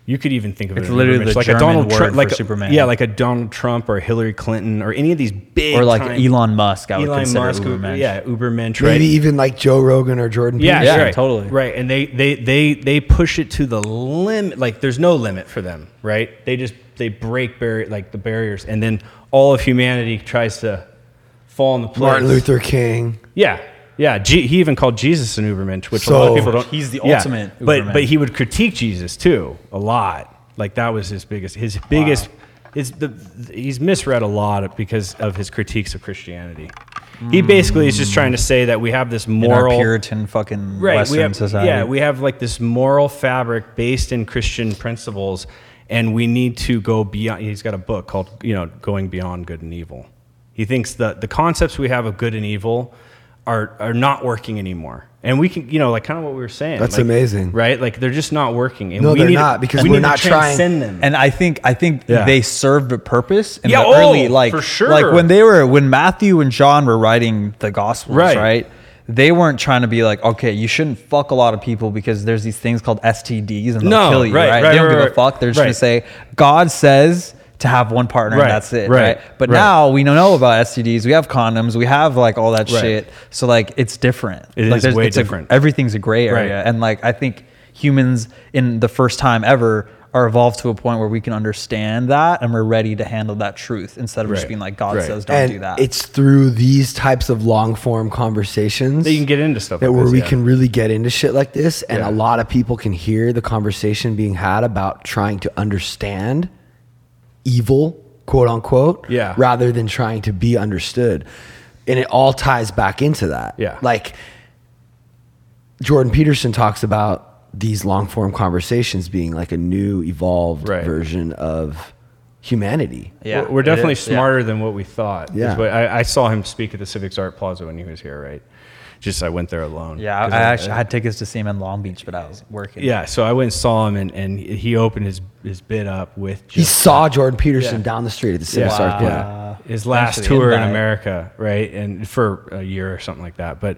C: you could even think of
D: It's
C: it as
D: literally
C: Ubermensch,
D: the
C: like
D: German
C: a Donald
D: word
C: Trump,
D: for
C: like a-
D: Superman.
C: yeah, like a Donald Trump or Hillary Clinton or any of these big
D: or like
C: time-
D: Elon Musk. I would
C: Elon
D: consider
C: Musk,
D: Ubermensch.
C: yeah, Ubermensch, right?
B: Maybe even like Joe Rogan or Jordan.
C: Yeah,
B: Peterson.
D: Yeah,
C: right.
D: totally.
C: Right, and they they they they push it to the limit. Like there's no limit for them, right? They just they break barrier like the barriers, and then all of humanity tries to fall in the place.
B: Martin Luther King.
C: Yeah, yeah. Je- he even called Jesus an Ubermensch, which a lot
B: So-
C: of people don't.
D: He's the ultimate
C: But
D: Ubermensch.
C: but he would critique Jesus too a lot. Like that was his biggest his biggest. Is the he's misread a lot because of his critiques of Christianity. He basically is just trying to say that we have this
D: Hmm. in our
C: moral
D: Puritan fucking Western
C: we have,
D: society.
C: Yeah, we have like this moral fabric based in Christian principles, and we need to go beyond. He's got a book called, you know, Going Beyond Good and Evil. He thinks that the concepts we have of good and evil are, are not working anymore. And we can, you know, like kind of what we were saying.
B: That's
C: like-
B: amazing.
C: Right? Like they're just not working. And
B: No,
C: we
B: they're
C: need
B: not, because
C: we
B: we're
C: need
B: not
C: to
B: trying-
C: transcend them.
D: and I think I think
C: Yeah.
D: they served a purpose in
C: Yeah,
D: the
C: oh,
D: early like
C: for sure.
D: like when they were when Matthew and John were writing the gospels,
C: Right.
D: right? They weren't trying to be like, okay, you shouldn't fuck a lot of people because there's these things called STDs and they'll
C: No,
D: kill you,
C: right,
D: right?
C: right,
D: they don't
C: right,
D: give
C: right.
D: a fuck. They're just
C: Right.
D: gonna say God says to have one partner
C: Right,
D: and that's it,
C: right,
D: right? But
C: right.
D: now we don't know about STDs. We have condoms. We have like all that
C: Right.
D: shit. So like it's different.
C: It
D: like,
C: is
D: there's-
C: way
D: it's a-
C: different.
D: everything's a gray area,
C: Right.
D: and like I think humans in the first time ever are evolved to a point where we can understand that and we're ready to handle that truth instead of
C: Right.
D: just being like God
C: Right.
D: says don't
B: And
D: do that.
B: it's through these types of long form conversations
C: That you can get into stuff
B: that
C: like
B: where
C: this,
B: we
C: yeah.
B: can really get into shit like this, and
C: Yeah.
B: a lot of people can hear the conversation being had about trying to understand evil, quote unquote,
C: Yeah.
B: rather than trying to be understood, and it all ties back into that.
C: Yeah.
B: like Jordan Peterson talks about these long form conversations being like a new evolved
C: Right.
B: version of humanity.
D: yeah,
C: We're- we're
D: it
C: definitely
D: is, yeah.
C: smarter than what we thought. is
B: Yeah.
C: what- I, I saw him speak at the Civics Art Plaza when he was here, right? Just I went there alone.
D: Yeah, I,
C: 'Cause
D: I actually had tickets to see him in Long Beach, but I was working.
C: Yeah, so I went and saw him, and, and he opened his, his bid up with
B: He
C: just
B: saw Jordan Peterson
C: Yeah.
B: down the street at the Civic
C: yeah,
B: Arts Club.
C: yeah, his last
D: Thanks for the
C: tour in
D: invite.
C: America, right? And for a year or something like that. But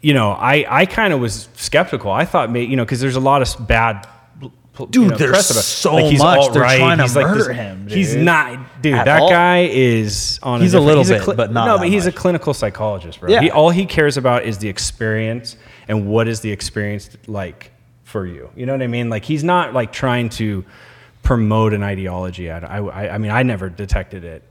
C: you know, I, I kind of was skeptical. I thought, may, you know, because there's a lot of s- bad. pl- pl-
D: Dude,
C: you know,
D: there's
C: press about-
D: so much. They're
C: alt-right,
D: trying to
C: he's like
D: murder
C: this-
D: him,
C: He's
D: dude.
C: not, dude.
D: At
C: that
D: all.
C: guy is on.
D: He's a
C: different-
D: little bit,
C: cli-
D: but not
C: No,
D: that
C: but he's
D: much.
C: a clinical psychologist, bro.
D: Yeah.
C: He, all he cares about is the experience and what is the experience like for you. You know what I mean? Like he's not like trying to promote an ideology. I, I, I mean, I never detected it.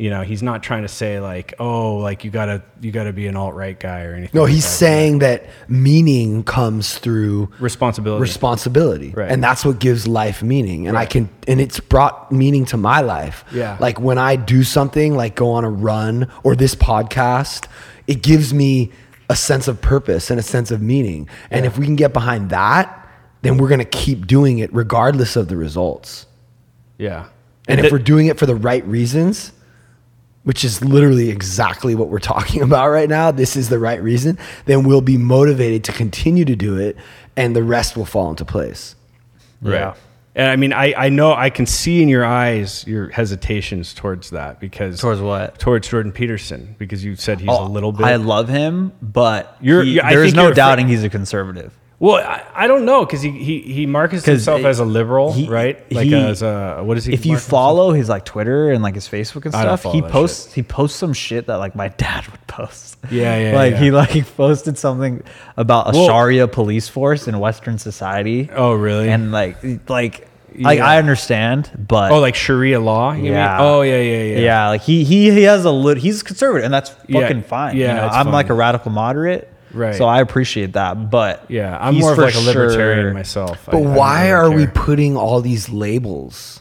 C: You know, he's not trying to say like, oh, like you gotta, you gotta be an alt right guy or anything.
B: No,
C: like
B: he's
C: that.
B: saying that meaning comes through
C: responsibility.
B: responsibility,
C: Right.
B: and that's what gives life meaning. And I can, and it's brought meaning to my life.
C: Yeah.
B: like when I do something, like go on a run or this podcast, it gives me a sense of purpose and a sense of meaning. And if we can get behind that, then we're gonna keep doing it regardless of the results.
C: yeah.
B: And,
C: the-
B: if we're doing it for the right reasons, which is literally exactly what we're talking about right now, this is the right reason, then we'll be motivated to continue to do it and the rest will fall into place.
C: Right.
D: Yeah.
C: And I mean, I, I know I can see in your eyes your hesitations towards that because
D: Towards what?
C: Towards Jordan Peterson because you said he's
D: Oh,
C: a little bit.
D: I love him, but
C: You're-
D: he-
C: yeah, I
D: there is
C: think
D: no
C: you're afraid-
D: doubting he's a conservative.
C: Well, I, I don't know because he, he he markets
D: 'Cause
C: himself
D: it-
C: as a liberal,
D: he-
C: right? Like uh,
D: he-
C: as a what is he?
D: if you
C: market himself?
D: follow his like Twitter and like his Facebook and
C: I don't
D: stuff, he
C: follow that
D: posts he posts some shit that like my dad would post.
C: Yeah, yeah,
D: like
C: yeah.
D: he like posted something about a
C: Well-
D: Sharia police force in Western society.
C: Oh, really?
D: And like like like
C: Yeah.
D: I understand, but
C: oh, like Sharia law. You
D: Yeah.
C: Mean? Oh, yeah, yeah, yeah.
D: yeah. like he he he has a lit he's conservative and that's fucking
C: Yeah.
D: fine.
C: Yeah,
D: you know?
C: it's
D: I'm like a
C: fine.
D: radical moderate.
C: Right.
D: So I appreciate that, but
C: Yeah, I'm
D: he's
C: more of
D: for
C: like a libertarian
D: sure-
C: myself. I-
E: But
C: I don't
E: why
C: really
E: are we
C: care.
E: putting all these labels?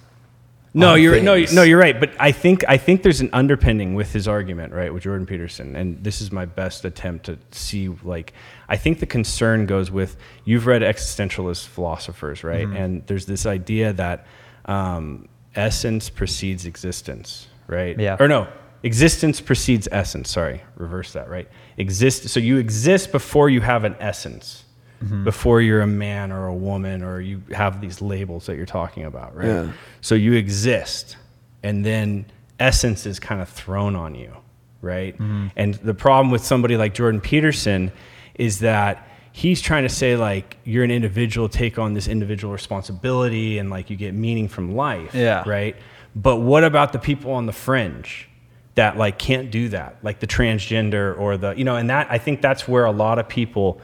C: No,
E: on
C: you're no,
E: things.
C: no, you're right. But I think I think there's an underpinning with his argument, right, with Jordan Peterson, and this is my best attempt to see. Like, I think the concern goes with you've read existentialist philosophers, right,
E: Mm-hmm.
C: and there's this idea that um, essence precedes existence, right?
D: Yeah.
C: Or no, existence precedes essence. Sorry, reverse that, right? Exist. So you exist before you have an essence.
E: Mm-hmm.
C: Before you're a man or a woman, or you have these labels that you're talking about, right?
E: Yeah.
C: So you exist, and then essence is kind of thrown on you, right? And the problem with somebody like Jordan Peterson is that he's trying to say like you're an individual, take on this individual responsibility, and like you get meaning from life,
D: Yeah.
C: right? But what about the people on the fringe? that like can't do that like the transgender or the you know and that i think that's where a lot of people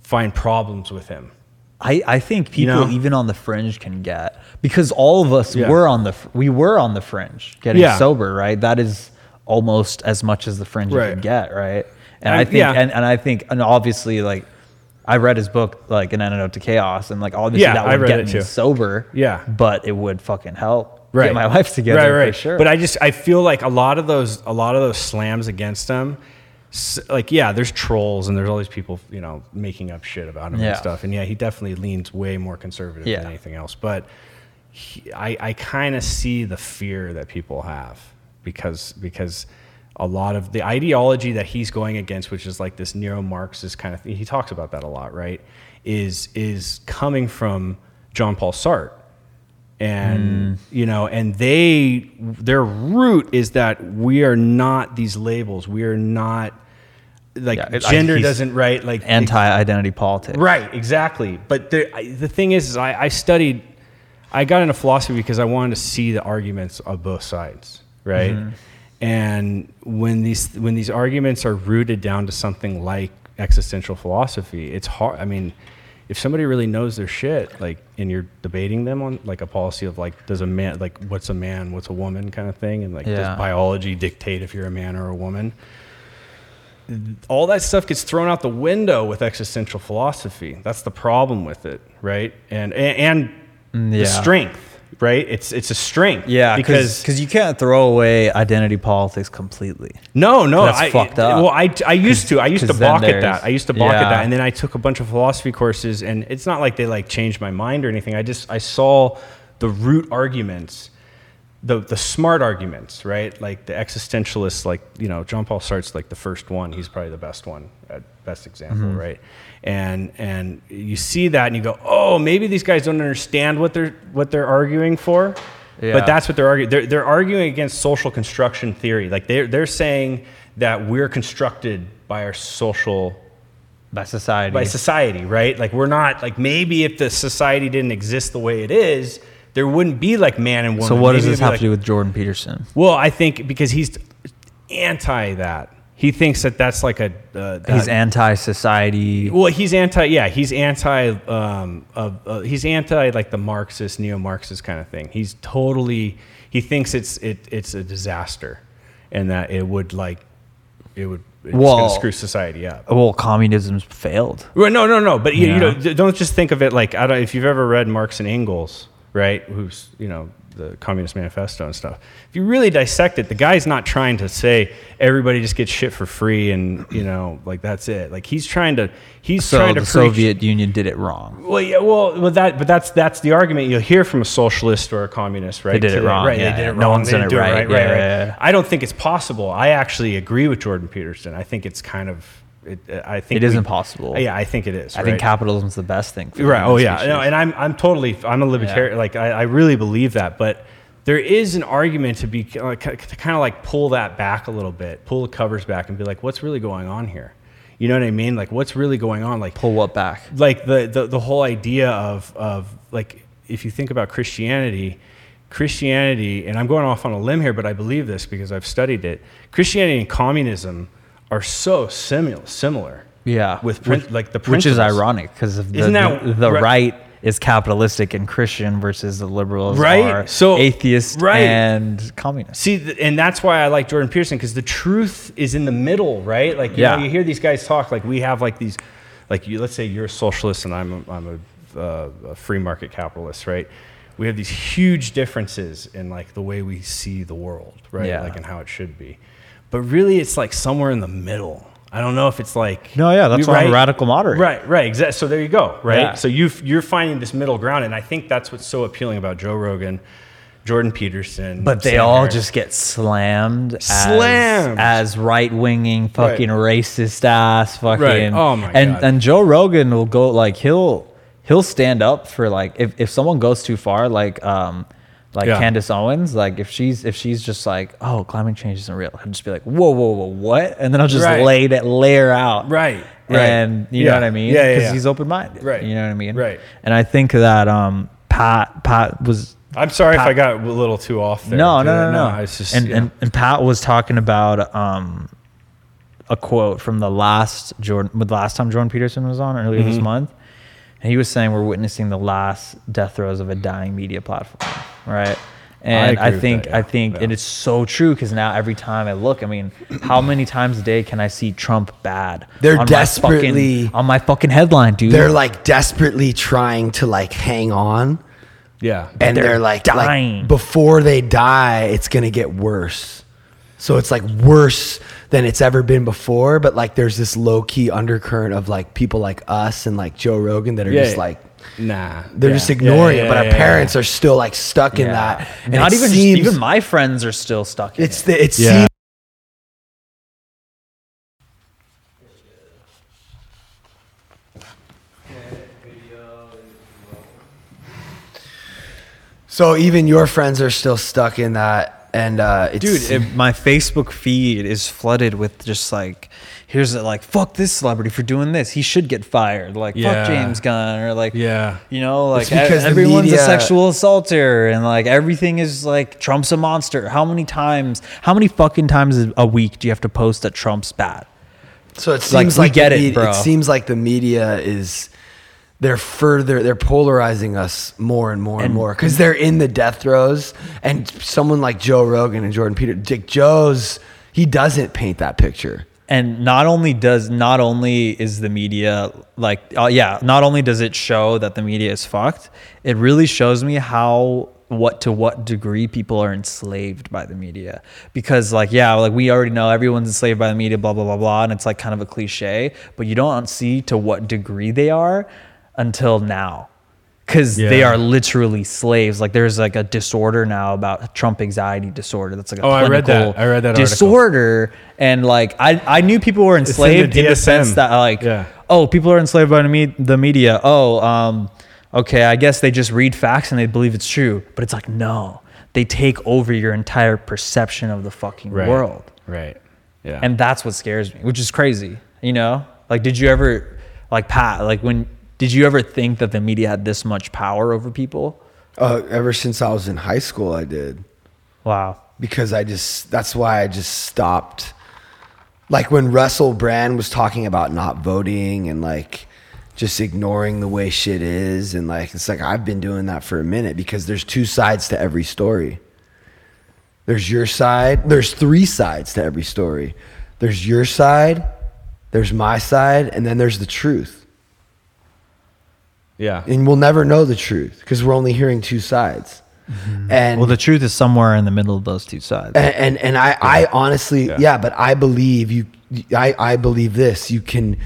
C: find problems with him
D: I, I think people
C: You know?
D: even on the fringe can get because all of us
C: Yeah.
D: were on the fr- we were on the fringe getting
C: Yeah.
D: sober right that is almost as much as the fringe you
C: Right.
D: could get right and
C: I-
D: I, think
C: yeah.
D: and, and I think and obviously like I read his book like an antidote to chaos and like obviously
C: Yeah,
D: that
C: I
D: would
C: read
D: get
C: it
D: me
C: too.
D: sober
C: Yeah.
D: but it would fucking help
C: right.
D: get my life together
C: Right, right.
D: for sure
C: But I just I feel like a lot of those a lot of those slams against him, s- like yeah, there's trolls and there's all these people you know making up shit about him
D: Yeah.
C: and stuff. And yeah, he definitely leans way more conservative
D: Yeah.
C: than anything else. But he, I I kind of see the fear that people have because because. A lot of the ideology that he's going against, which is like this neo-Marxist kind of thing, he talks about that a lot, right? Is is coming from John Paul Sartre, and
D: Mm.
C: you know and they their root is that we are not these labels we are not like
D: Yeah, it- I-
C: gender
D: he's
C: doesn't right like
D: anti-identity politics
C: right exactly but there, I, the thing is, is I, I studied i got into philosophy because i wanted to see the arguments of both sides right
D: Mm-hmm.
C: and when these when these arguments are rooted down to something like existential philosophy it's hard i mean if somebody really knows their shit like and you're debating them on like a policy of like does a man like what's a man what's a woman kind of thing and like
D: Yeah.
C: does biology dictate if you're a man or a woman all that stuff gets thrown out the window with existential philosophy. That's the problem with it, right? And and, and
D: Mm, yeah.
C: the strength, right? It's it's a strength.
D: yeah
C: because
D: because because you can't throw away identity politics completely
C: no, no,
D: That's
C: I,
D: fucked up.
C: Well, I, I used to I used to
D: 'cause then
C: balk at
D: there's-
C: that. I used to balk at
D: yeah.
C: that, and then I took a bunch of philosophy courses, and it's not like they like changed my mind or anything. I just I saw the root arguments, the the smart arguments, right? Like the existentialists, like you know John Paul Sartre's like the first one. He's probably the best one, uh, best example,
D: Mm-hmm.
C: right? And and you see that, and you go, oh, maybe these guys don't understand what they're what they're arguing for.
D: Yeah.
C: But that's what they're arguing. They're, they're arguing against social construction theory. Like they're, they're saying that we're constructed by our social,
D: by society
C: by society, right? Like we're not, like maybe if the society didn't exist the way it is, there wouldn't be like man and woman.
D: so what does
C: Maybe it'd
D: this
C: be
D: have
C: like-
D: to do with Jordan Peterson
C: Well, I think because he's anti that. He thinks that that's like a. Uh, that-
D: he's anti-society
C: well, he's anti. Yeah, he's anti. Um, uh, uh, he's anti like the Marxist, neo-Marxist kind of thing. He's totally. He thinks it's it, it's a disaster, and that it would like, it would it's
D: Well-
C: gonna screw society up.
D: well communism's failed
C: Well, no, no, no. But you,
D: Yeah.
C: you know, d- don't just think of it like I don't. If you've ever read Marx and Engels, right? Who's you know the Communist Manifesto and stuff. If you really dissect it, the guy's not trying to say everybody just gets shit for free and you know like that's it. Like he's trying to he's
D: so
C: trying to
D: the
C: preach-
D: soviet union did it wrong
C: Well, yeah, well, well, that, but that's that's the argument you'll hear from a socialist or a communist, right?
D: did it
C: To the-
D: wrong,
C: right?
D: yeah,
C: they did
D: yeah.
C: it
D: No
C: wrong.
D: one's
C: they
D: done
C: didn't
D: it
C: do
D: right,
C: right,
D: yeah,
C: right.
D: yeah, yeah.
C: I don't think it's possible. I actually agree with Jordan Peterson. I think it's kind of, it, I think
D: It is
C: we-
D: impossible.
C: Yeah, I think it is.
D: i think
C: right?
D: capitalism's the best thing for the
C: Right.
D: human
C: Oh yeah.
D: species.
C: No, and I'm I'm totally I'm a libertarian. Like I, I really believe that, but there is an argument to be like, to kind of like pull that back a little bit, pull the covers back, and be like, what's really going on here? You know what I mean? Like what's really going on? Like
D: Pull what back?
C: like the, the the whole idea of of like if you think about Christianity, Christianity, and I'm going off on a limb here, but I believe this because I've studied it. Christianity and communism are so similar. Similar.
D: Yeah,
C: With prin-
D: Which-
C: like the
D: which is
C: principles.
D: ironic because the,
C: Isn't that
D: the, the
C: ri-
D: right is capitalistic and Christian versus the liberals
C: Right?
D: are
C: So-
D: atheist
C: right.
D: and communist.
C: See, th- and that's why I like Jordan Peterson because the truth is in the middle, right? Like, you
D: Yeah.
C: know, you hear these guys talk like we have like these, like you, let's say you're a socialist and I'm a, I'm a, uh, a free market capitalist, right? We have these huge differences in like the way we see the world, right?
D: Yeah.
C: Like in how it should be, but really it's like somewhere in the middle. I don't know if it's like
D: No, yeah,
C: you-
D: that's why I'm a radical moderate.
C: Right, right, exactly. So there you go, right?
D: Yeah.
C: So you you're finding this middle ground, and I think that's what's so appealing about Joe Rogan, Jordan Peterson.
D: But they
C: Sam
D: all
C: Harris.
D: just get slammed, as-
C: Slammed.
D: as, right winging, fucking racist ass, fucking.
C: Oh my
D: and,
C: God.
D: And Joe Rogan will go like he'll he'll stand up for like if, if someone goes too far, like um like
C: Yeah.
D: Candace Owens, like if she's if she's just like oh climate change isn't real, I'll just be like whoa whoa whoa what, and then I'll just
C: Right.
D: lay that layer out
C: Right, right.
D: and you
C: Yeah.
D: know what I mean
C: Yeah, yeah, yeah.
D: he's open minded
C: Right.
D: you know what I mean
C: Right.
D: and I think that um Pat Pat was
C: I'm sorry if I got a little too off there.
D: no,
C: dude.
D: no, no, no.
C: I was just
D: and,
C: yeah.
D: and and Pat was talking about um, a quote from the last Jordan, with the last time Jordan Peterson was on earlier
C: Mm-hmm.
D: this month, and he was saying we're witnessing the last death throes of a dying media platform, right? And
C: agree
D: I,
C: with
D: think
C: that, yeah.
D: I think
C: Yeah.
D: and it's so true because now every time I look, I mean, how many times a day can I see Trump bad?
B: They're
D: on my fucking-
B: desperately-
D: on my fucking headline, dude.
B: They're like desperately trying to like hang on,
C: yeah.
B: and
D: they're
B: they're, like,
D: dying.
B: like before they die, it's gonna get worse. So it's like worse than it's ever been before. But like, there's this low key undercurrent of like people like us and like Joe Rogan that are
C: Yeah.
B: just like
C: nah.
B: they're
C: Yeah.
B: just ignoring
C: Yeah,
B: it. But
C: yeah,
B: our
C: yeah,
B: parents are still like stuck in that. And
D: Not
B: it
D: even just-
B: seems-
D: even my friends are still stuck. In
B: It's
D: it.
B: the it
C: Yeah.
B: seems So even your friends are still stuck in that, and uh, it's,
D: dude if my facebook feed is flooded with just like here's a, like fuck this celebrity for doing this he should get fired like
C: Yeah.
D: fuck james gunn or like
C: Yeah.
D: you know
B: It's
D: like
B: because
D: e-
B: the
D: everyone's a
B: media-
D: sexual assaulter and like everything is like trump's a monster how many times how many fucking times a week do you have to post that trump's bad
B: so it
D: like,
B: seems
D: we
B: like,
D: get
B: the
D: it,
B: media-
D: bro.
B: seems like the media is they're further they're polarizing us more and more and, more because they're in the death throes, and someone like Joe Rogan and Jordan Peter, Dick Joe's, he doesn't paint that picture.
D: and not only does not only is the media like oh yeah not only does it show that the media is fucked it really shows me how what to what degree people are enslaved by the media because like yeah like we already know everyone's enslaved by the media blah blah blah blah and it's like kind of a cliche but you don't see to what degree they are until now because they
C: Yeah.
D: are literally slaves like there's like a disorder now about trump anxiety disorder that's like a
C: Oh, I read that.
D: clinical
C: I read that article.
D: disorder order and like I, I knew people were
C: the
D: enslaved in, the
C: DSM.
D: sense that like
C: Yeah.
D: oh people are enslaved by the me- the media oh um okay I guess they just read facts and they believe it's true but it's like no they take over your entire perception of the fucking
C: Right.
D: world
C: Right. Yeah.
D: and that's what scares me which is crazy you know like did you ever like Pat like when did you ever think that the media had this much power over people
B: Uh, ever since I was in high school, I did.
D: wow
B: because I just that's why I just stopped. Like when Russell Brand was talking about not voting and like just ignoring the way shit is and like it's like I've been doing that for a minute because there's two sides to every story. There's your side, there's three sides to every story. There's your side, there's my side, and then there's the truth.
C: yeah.
B: And we'll never know the truth because we're only hearing two sides. And
D: well the truth is somewhere in the middle of those two sides
B: and and, and I, I honestly yeah. but i believe you I, I believe this you can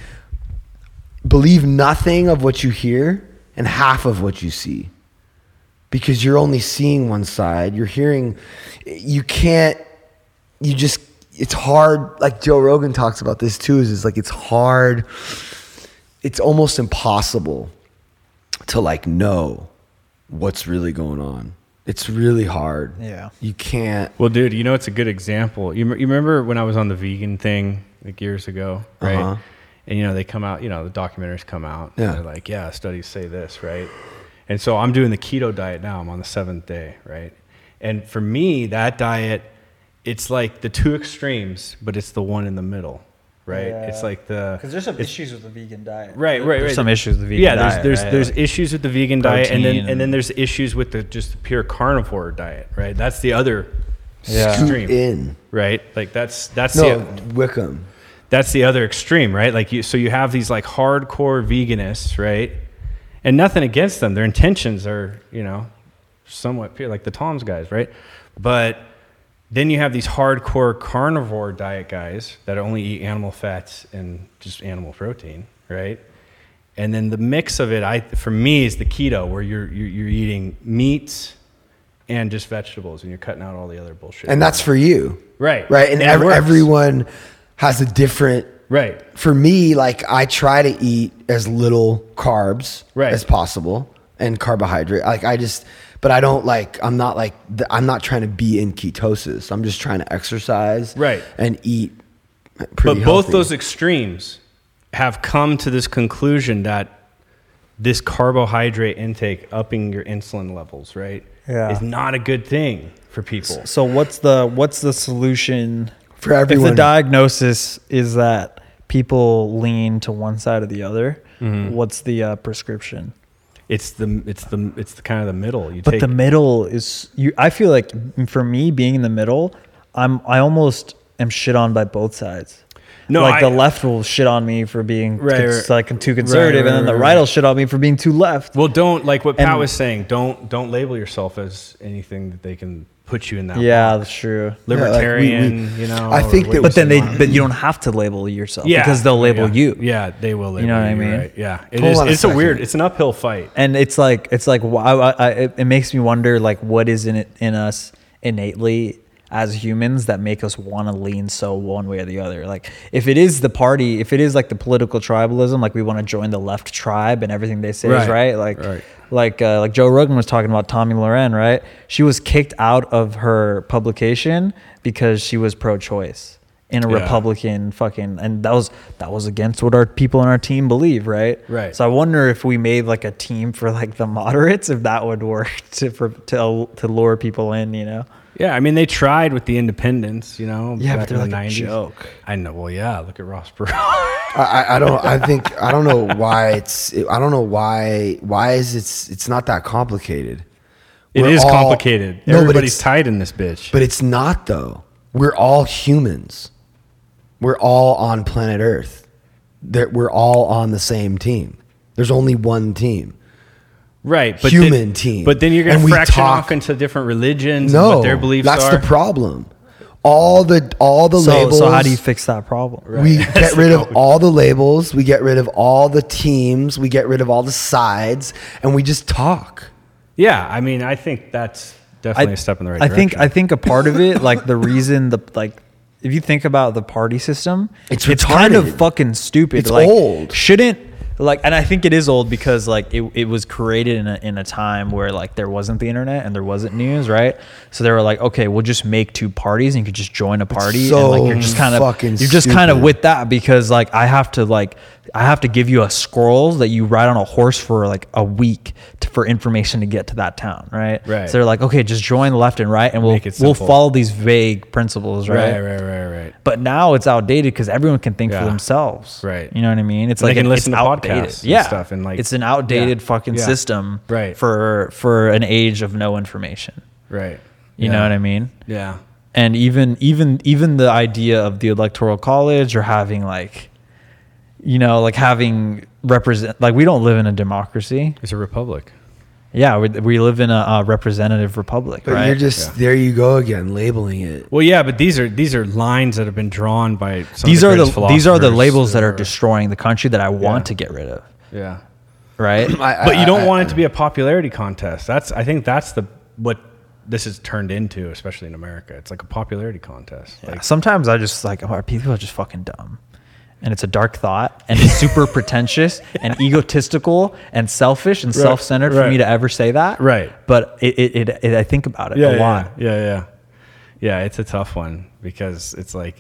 B: believe nothing of what you hear and half of what you see because you're only seeing one side you're hearing you can't you just it's hard like joe rogan talks about this too is, is like it's hard it's almost impossible to like know what's really going on it's really hard
D: Yeah.
B: you can't
C: Well, dude, you know it's a good examemple. You, m- you remember when I was on the vegan thing like years ago, right?
B: Uh-huh.
C: And you know, they come out, you know, the documentaries come out.
B: Yeah.
C: And they're like, yeah, studies say this, right? And so I'm doing the keto diet now. I'm on the seventh day, right? And for me, that diet, it's like the two extremes, but it's the one in the middle, right? It's
F: Yeah.
C: like the
F: Because there's some issues with the vegan diet.
C: right, right,
D: There's
C: right.
D: some issues with the vegan
C: yeah, there's
D: diet,
C: there's
D: right?
C: there's
D: Like
C: issues with the vegan diet, and then
D: protein
C: and then
D: and-
C: there's issues with the just the pure carnivore diet, right? That's the other
D: Yeah.
C: extreme,
B: in.
C: right? Like that's that's
B: No,
C: the
B: Wickham.
C: that's the other extreme, right? Like you, so you have these like hardcore veganists, right? And nothing against them; their intentions are, you know, somewhat pure, like the Tom's guys, right? But then you have these hardcore carnivore diet guys that only eat animal fats and just animal protein, right? And then the mix of it, I for me, is the keto, where you're you're, you're eating meats and just vegetables, and you're cutting out all the other bullshit.
B: And that's for you.
C: Right.
B: Right. And
C: And it
B: ev-
C: works.
B: everyone has a different.
C: right.
B: For me, like I try to eat as little carbs
C: Right.
B: as possible and carbohydrate. Like I just, but I don't like, I'm not like, th- I'm not trying to be in ketosis. I'm just trying to exercise.
C: Right.
B: And eat pretty
C: but both
B: healthy.
C: those extremes have come to this conclusion that this carbohydrate intake upping your insulin levels right
D: Yeah.
C: is not a good thing for people
D: So what's the what's the solution
B: For everyone.
D: If the diagnosis is that people lean to one side or the other,
C: Mm-hmm.
D: what's the uh, prescription?
C: it's the it's the it's the kind of the middle you
D: But
C: take
D: the middle is you. I feel like for me being in the middle, I'm I almost am shit on by both sides.
C: No,
D: like
C: I-
D: the left will shit on me for being
C: Right,
D: cons-
C: right.
D: like too conservative,
C: Right,
D: and then the
C: right,
D: right,
C: right, right.
D: will shit on me for being too left.
C: well don't like what pat
D: And-
C: was saying don't don't label yourself as anything that they can put you in that
D: yeah,
C: box.
D: that's true.
B: Yeah, like, we- we-
C: libertarian you know
B: I
C: or
B: think
C: what
B: that- But
C: you
D: But then they,
C: want.
D: but you don't have to label yourself
C: yeah
D: because they'll label
C: yeah.
D: you.
C: yeah they will label you
D: know what I mean?
C: right? yeah it
B: Hold
C: is
B: on a
C: it's a
B: second.
C: weird it's an uphill fight
D: and it's like it's like wow I, I, it, it makes me wonder like what is in it in us innately as humans that make us want to lean so one way or the other like if it is the party if it is like the political tribalism like we want to join the left tribe and everything they say is
C: Right.
D: right like
C: Right.
D: like uh, like Joe Rogan was talking about Tommy Loren right she was kicked out of her publication because she was pro-choice in a
C: Yeah.
D: Republican fucking and that was that was against what our people on our team believe right
C: Right.
D: so I wonder if we made like a team for like the moderates, if that would work to for, to to lure people in, you know?
C: Yeah, I mean they tried with the independents, you know.
D: Yeah, but
C: back
D: they're
C: in the
D: like
C: 90s.
D: a joke.
C: I know. Well, yeah. Look at Ross Perot.
B: I, I- I don't. I think I don't know why it's. I don't know why. Why is it's? It's not that complicated.
C: it
B: We're
C: is
B: all-
C: complicated.
B: No, but
C: Everybody's
B: it's-
C: tied in this bitch.
B: But it's not though. We're all humans. We're all on planet Earth. That we're all on the same team. There's only one team.
C: right, but
B: human
C: then,
B: team.
C: But then you're gonna
B: And we
C: fraction
B: talk-
C: off into different religions.
B: No,
C: and what their beliefs
B: that's
C: are.
B: the problem. All the all the
D: So,
B: labels.
D: so how do you fix that problem?
B: We get rid of all the labels. We get rid of all the teams. We get rid of all the sides, and we just talk.
C: yeah, I mean, I think that's definitely a step in the right
D: I
C: direction.
D: think I think a part of it, like the reason the like if you think about the party system,
B: It's
D: kind of
B: retarded.
D: fucking stupid.
B: It's
D: like,
B: old.
D: Shouldn't like and I think it is old because like it, it was created in a in a time where like there wasn't the internet and there wasn't news, right? So they were like, okay, we'll just make two parties and you could just join a party and like
B: so
D: you're just kind of
B: fucking
D: you're just kind of
B: stupid.
D: with that because like I have to like I have to give you a scroll that you ride on a horse for like a week to, for information to get to that town, right?
C: Right.
D: So they're like, okay, just join left and right, and we'll
C: Make it
D: we'll
C: simple.
D: follow these vague principles, right?
C: right, right, right, right.
D: But now it's outdated because everyone can think
C: Yeah.
D: for themselves,
C: Right.
D: You know what I mean? It's
C: And they
D: like
C: can
D: an-
C: listen
D: it's
C: to podcasts
D: outdated.
C: and
D: yeah.
C: stuff and, like-
D: it's an outdated
C: Yeah.
D: fucking
C: Yeah.
D: system,
C: Right.
D: For for an age of no information,
C: Right.
D: you know what I mean?
C: Yeah.
D: and even even even the idea of the electoral college or having like you know like having represent like we don't live in a democracy
C: It's a republic.
D: yeah we, we live in a, uh representative republic
B: But
D: right
B: you're just there. You go again, labeling it.
C: Well, yeah, but these are these are lines that have been drawn by some
D: these
C: of
D: are the
C: greatest
D: these are the
C: philosophers
D: labels that are
C: or-
D: destroying the country that i want
C: Yeah.
D: to get rid of
C: Yeah.
D: right
C: but you don't want it to be a popularity contest. That's I think that's the what this is turned into, especially in America. It's like a popularity contest.
D: Yeah,
C: Like,
D: sometimes I just like, oh, people are just fucking dumb. And it's a dark thought and it's super pretentious and egotistical and selfish and self centered for
C: right.
D: me to ever say that.
C: Right.
D: But it, it, it, it I think about it a lot.
C: Yeah, yeah, yeah. It's a tough one because it's like,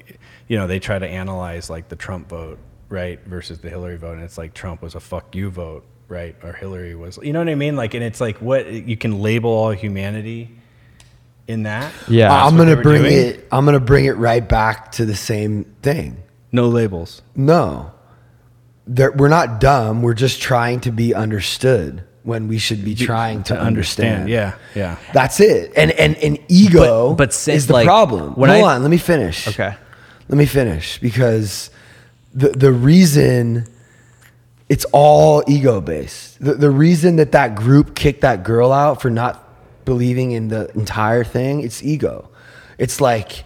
C: you know, they try to analyze like the Trump vote right, versus the Hillary vote, and it's like Trump was a fuck you vote, right, or Hillary was, you know what I mean? Like, and it's like what you can label all humanity in that.
D: Yeah.
B: I'm
C: what
B: gonna
C: they were
B: bring
C: doing?
B: it. I'm gonna bring it right back to the same thing.
C: No labels.
B: No, There- we're not dumb. We're just trying to be understood when we should be trying to, understand.
C: Yeah, yeah.
B: that's it. And and and ego
D: But- but since,
B: is the
D: like,
B: problem.
D: when
B: Hold
D: I-
B: on, let me finish.
D: Okay.
B: let me finish because the the reason it's all ego based. The, the reason that that group kicked that girl out for not believing in the entire thing, it's ego. It's like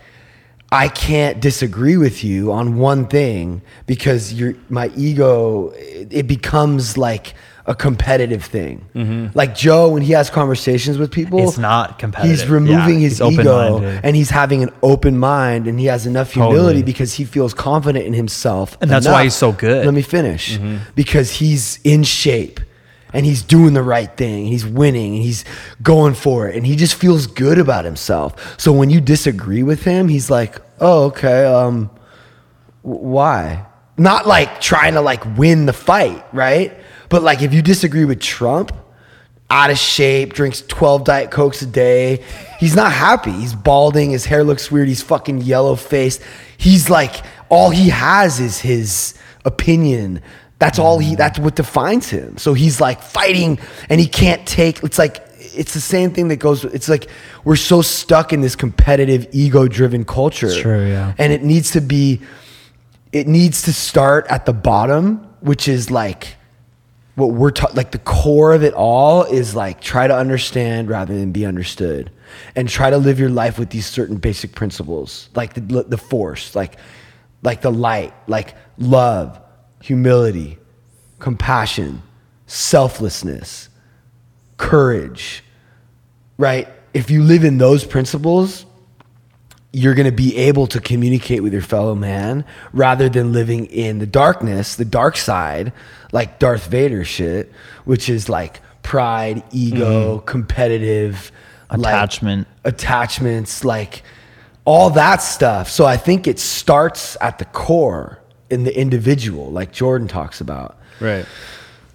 B: I can't disagree with you on one thing because your my ego it, it becomes like a competitive thing. Like Joe when he has conversations with people,
D: Mm-hmm. It's not
B: He's
D: competitive.
B: removing
D: Yeah,
B: his
D: he's
B: ego
D: open-minded.
B: and he's having an open mind and he has enough humility
D: Totally.
B: because he feels confident in himself.
D: And that's why he's so good. Mm-hmm.
B: Let me finish. Because he's in shape and he's doing the right thing and he's winning and he's going for it and he just feels good about himself. So when you disagree with him, he's like, "Oh, okay. Um w- why?" Not like trying to like win the fight, right? But like if you disagree with Trump, out of shape, drinks 12 Diet Cokes a day. He's not happy. He's balding. His hair looks weird. He's fucking yellow faced. He's like, all he has is his opinion. That's all he, that's what defines him. So he's like fighting and he can't take, it's like, it's the same thing that goes, it's like we're so stuck in this competitive, ego driven culture.
D: true, yeah.
B: And it needs to be, it needs to start at the bottom, which is like, what we're ta- like the core of it all is like try to understand rather than be understood and try to live your life with these certain basic principles like the, the force like like the light like love humility compassion selflessness courage right if you live in those principles you're going to be able to communicate with your fellow man rather than living in the darkness, the dark side, like Darth Vader shit, which is like pride, ego, competitive, like,
D: Attachment.
B: attachments, like all that stuff. So I think it starts at the core in the individual, like Jordan talks about.
C: Right.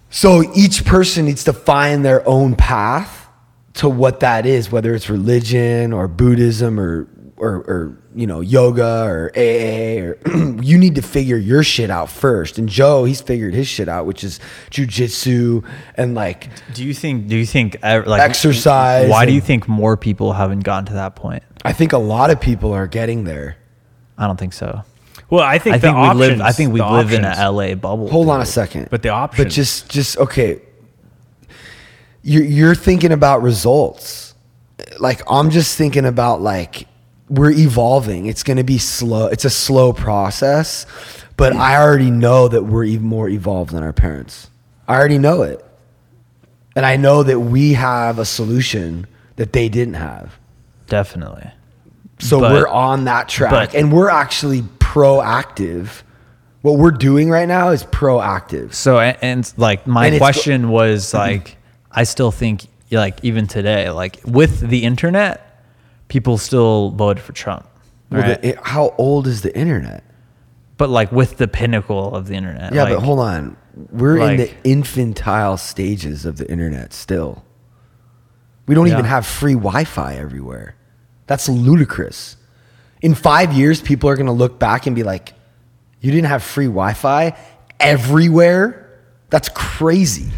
B: So each person needs to find their own path to what that is, whether it's religion or Buddhism or or, or you know yoga or AA or you need to figure your shit out first. And Joe, he's figured his shit out, which is jujitsu and like
D: Do you think? Do you think? ev- Like
B: Exercise
D: Why do you
B: and-
D: think more people haven't gotten to that point?
B: I think a lot of people are getting there.
D: I don't think so.
C: Well, I think
D: I
C: the
D: think we
C: options,
D: live. I think we
C: the
D: live in
C: options.
D: an LA bubble.
B: Hold on a second.
C: But the
B: But
C: options.
B: just just okay. You're you're thinking about results. Like I'm just thinking about like we're evolving. It's gonna be slow. It's a slow process. But I already know that we're even more evolved than our parents. I already know it. And I know that we have a solution that they didn't have.
D: Definitely.
B: So
D: But-
B: we're on that track
D: but-
B: and we're actually proactive. What we're doing right now is proactive.
D: So and, and like my
B: And it's go-
D: question was like, I still think like even today, like with the internet, people still voted for Trump.
B: Well,
D: right?
B: the, it, how old is the internet?
D: but like with the pinnacle of the internet.
B: Yeah,
D: like,
B: but hold on. We're in the
D: like-
B: infantile stages of the internet still. We don't even
D: Yeah.
B: have free Wi Fi everywhere. That's ludicrous. In five years, people are going to look back and be like, you didn't have free Wi Fi everywhere? That's crazy.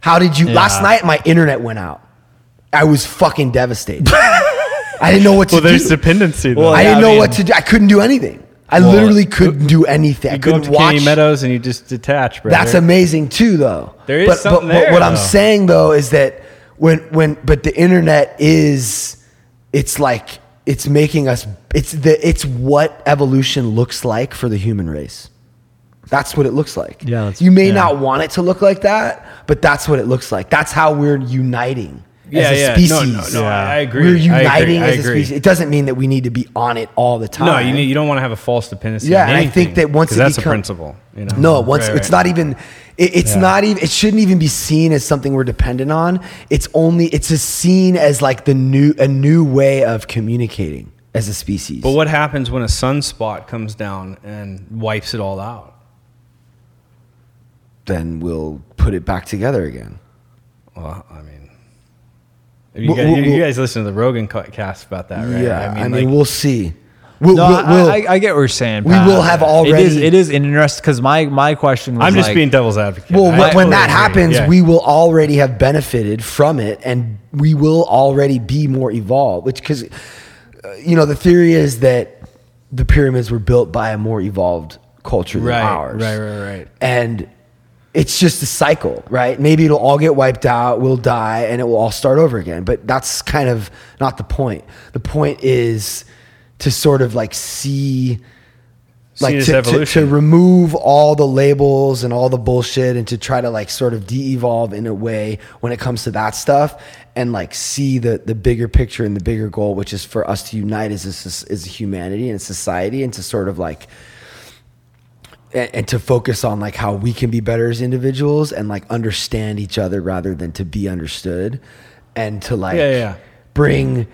B: How did you? Last
D: Yeah.
B: night, my internet went out. I was fucking devastated. I didn't know what to
C: well,
B: do.
C: there's dependency. Though.
D: Well,
B: I
D: yeah,
B: didn't
D: I
B: know
D: mean-
B: what to do. I couldn't do anything. I
D: Well,
B: literally couldn't do anything. I
C: you go up
B: couldn't
C: to
B: watch.
C: Kenny Meadows and you just detach, brother.
B: That's amazing too, though.
C: There is
B: but,
C: something
B: but,
C: there,
B: but what I'm
C: though.
B: saying though is that when when but the internet is it's like it's making us it's the it's what evolution looks like for the human race. That's what it looks like.
D: Yeah, that's-
B: you may
D: yeah.
B: not want it to look like that, but that's what it looks like. That's how we're uniting
C: yeah,
B: as a
C: yeah.
B: species.
C: No, no, no.
D: Yeah.
C: I, I agree.
B: We're
C: I agree.
B: uniting
C: I
B: as a
C: agree.
B: species. It doesn't mean that we need to be on it all the time.
C: No, you need, you don't want to have a false dependency.
B: Yeah,
C: on
B: and I think
C: anything,
B: that once
C: 'cause
B: it
C: that's
B: become-
C: a principle. You know?
B: No, once
C: Right,
B: it's
C: right.
B: not e- even. It, it's not even. It shouldn't even be seen as something we're dependent on. It's only. It's just seen as like the new a new way of communicating as a species.
C: But what happens when a sunspot comes down and wipes it all out?
B: then we'll put it back together again.
C: Well, I mean, you,
B: Well,
C: guys,
B: well,
C: you
B: well-
C: guys listen to the Rogan co- cast about that, right?
B: Yeah, I mean,
C: like,
B: we'll see. We'll,
D: No,
B: we'll, we'll-
D: I, I, I get what you're saying.
B: we
D: Pat.
B: will have already-
D: It is, it is interesting because my my question. Was
C: I'm just
D: like-
C: being devil's advocate.
B: well,
C: I
B: when- when
C: totally
B: that
C: agree,
B: happens,
C: yeah.
B: we will already have benefited from it, and we will already be more evolved. Which, because you know, the theory is that the pyramids were built by a more evolved culture than
C: Right,
B: ours.
C: right, right, right.
B: And it's just a cycle, right? Maybe it'll all get wiped out, we'll die, and it will all start over again. But that's kind of not the point. The point is to sort of like see like
C: this
B: to, to, to
C: evolution.
B: remove all the labels and all the bullshit and to try to like sort of de-evolve in a way when it comes to that stuff and like see the the bigger picture and the bigger goal which is for us to unite as a, soc- as a humanity and society and to sort of like and, and to focus on like how we can be better as individuals and like understand each other rather than to be understood and to like
C: Yeah, yeah.
B: bring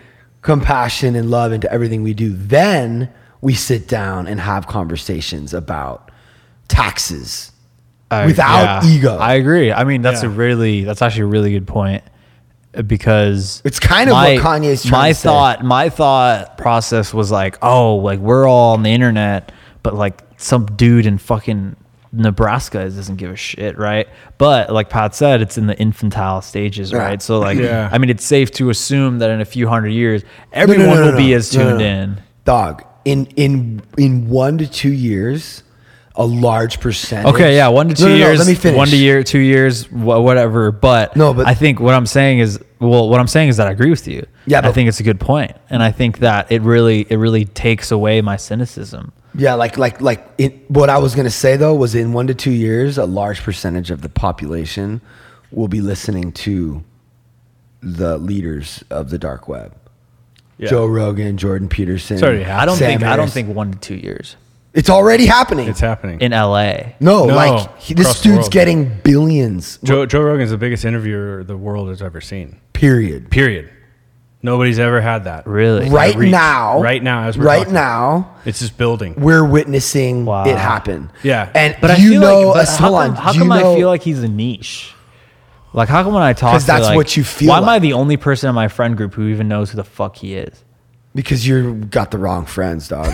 B: compassion and love into everything we do then we sit down and have conversations about taxes
D: I-
B: without
D: yeah,
B: ego
D: I agree. I mean, that's a
C: Yeah.
D: really that's actually a really good point uh, because
B: It's kind of what Kanye's trying
D: my
B: to say.
D: thought my thought process was like, oh, like we're all on the internet, but like some dude in fucking Nebraska doesn't give a shit, right? But like Pat said, it's in the infantile stages,
B: Yeah.
D: right? So like,
C: Yeah.
D: I mean, it's safe to assume that in a few hundred years, everyone
B: no, no,
D: will
B: no,
D: be
B: no,
D: as
B: no,
D: tuned
B: no.
D: in.
B: dog in in in one to two years a large percentage
D: Okay, yeah, one to two
B: No, no, no,
D: years.
B: let me finish
D: One to year, two years, wha- whatever. But
B: No, but-
D: I think what I'm saying is, well, what I'm saying is that I agree with you.
B: Yeah,
D: I
B: but-
D: think it's a good point, and I think that it really, it really takes away my cynicism.
B: Yeah, like like like it, what I was gonna say though was in one to two years, a large percentage of the population will be listening to the leaders of the dark web.
C: Yeah.
B: Joe Rogan, Jordan Peterson.
C: It's already
D: I don't
B: Sam
D: think, I don't
B: Harris.
D: think one to two years
B: it's already happening.
C: It's happening.
D: in L.A.
B: no,
C: No,
B: like he, this
C: across the
B: dude's
C: world.
B: getting billions.
C: Joe, Joe Rogan's the biggest interviewer the world has ever seen.
B: Period.
C: Period. Nobody's ever had that.
D: Really,
B: Right
C: reach.
B: now,
C: Right now, as we're
B: right
C: talking.
B: now,
C: It's just building.
B: we're witnessing
D: Wow.
B: it happen.
C: Yeah.
B: and
D: But I
B: you
D: feel
B: know,
D: like, but
B: uh,
D: how
B: hold on,
D: come, how
B: do
D: come
B: you know-
D: I feel like he's a niche? Like, how come when I talk,
B: 'Cause
D: to,
B: that's
D: like-
B: what you feel
D: Why am I
B: like.
D: the only person in my friend group who even knows who the fuck he is?
B: Because you got the wrong friends, dog.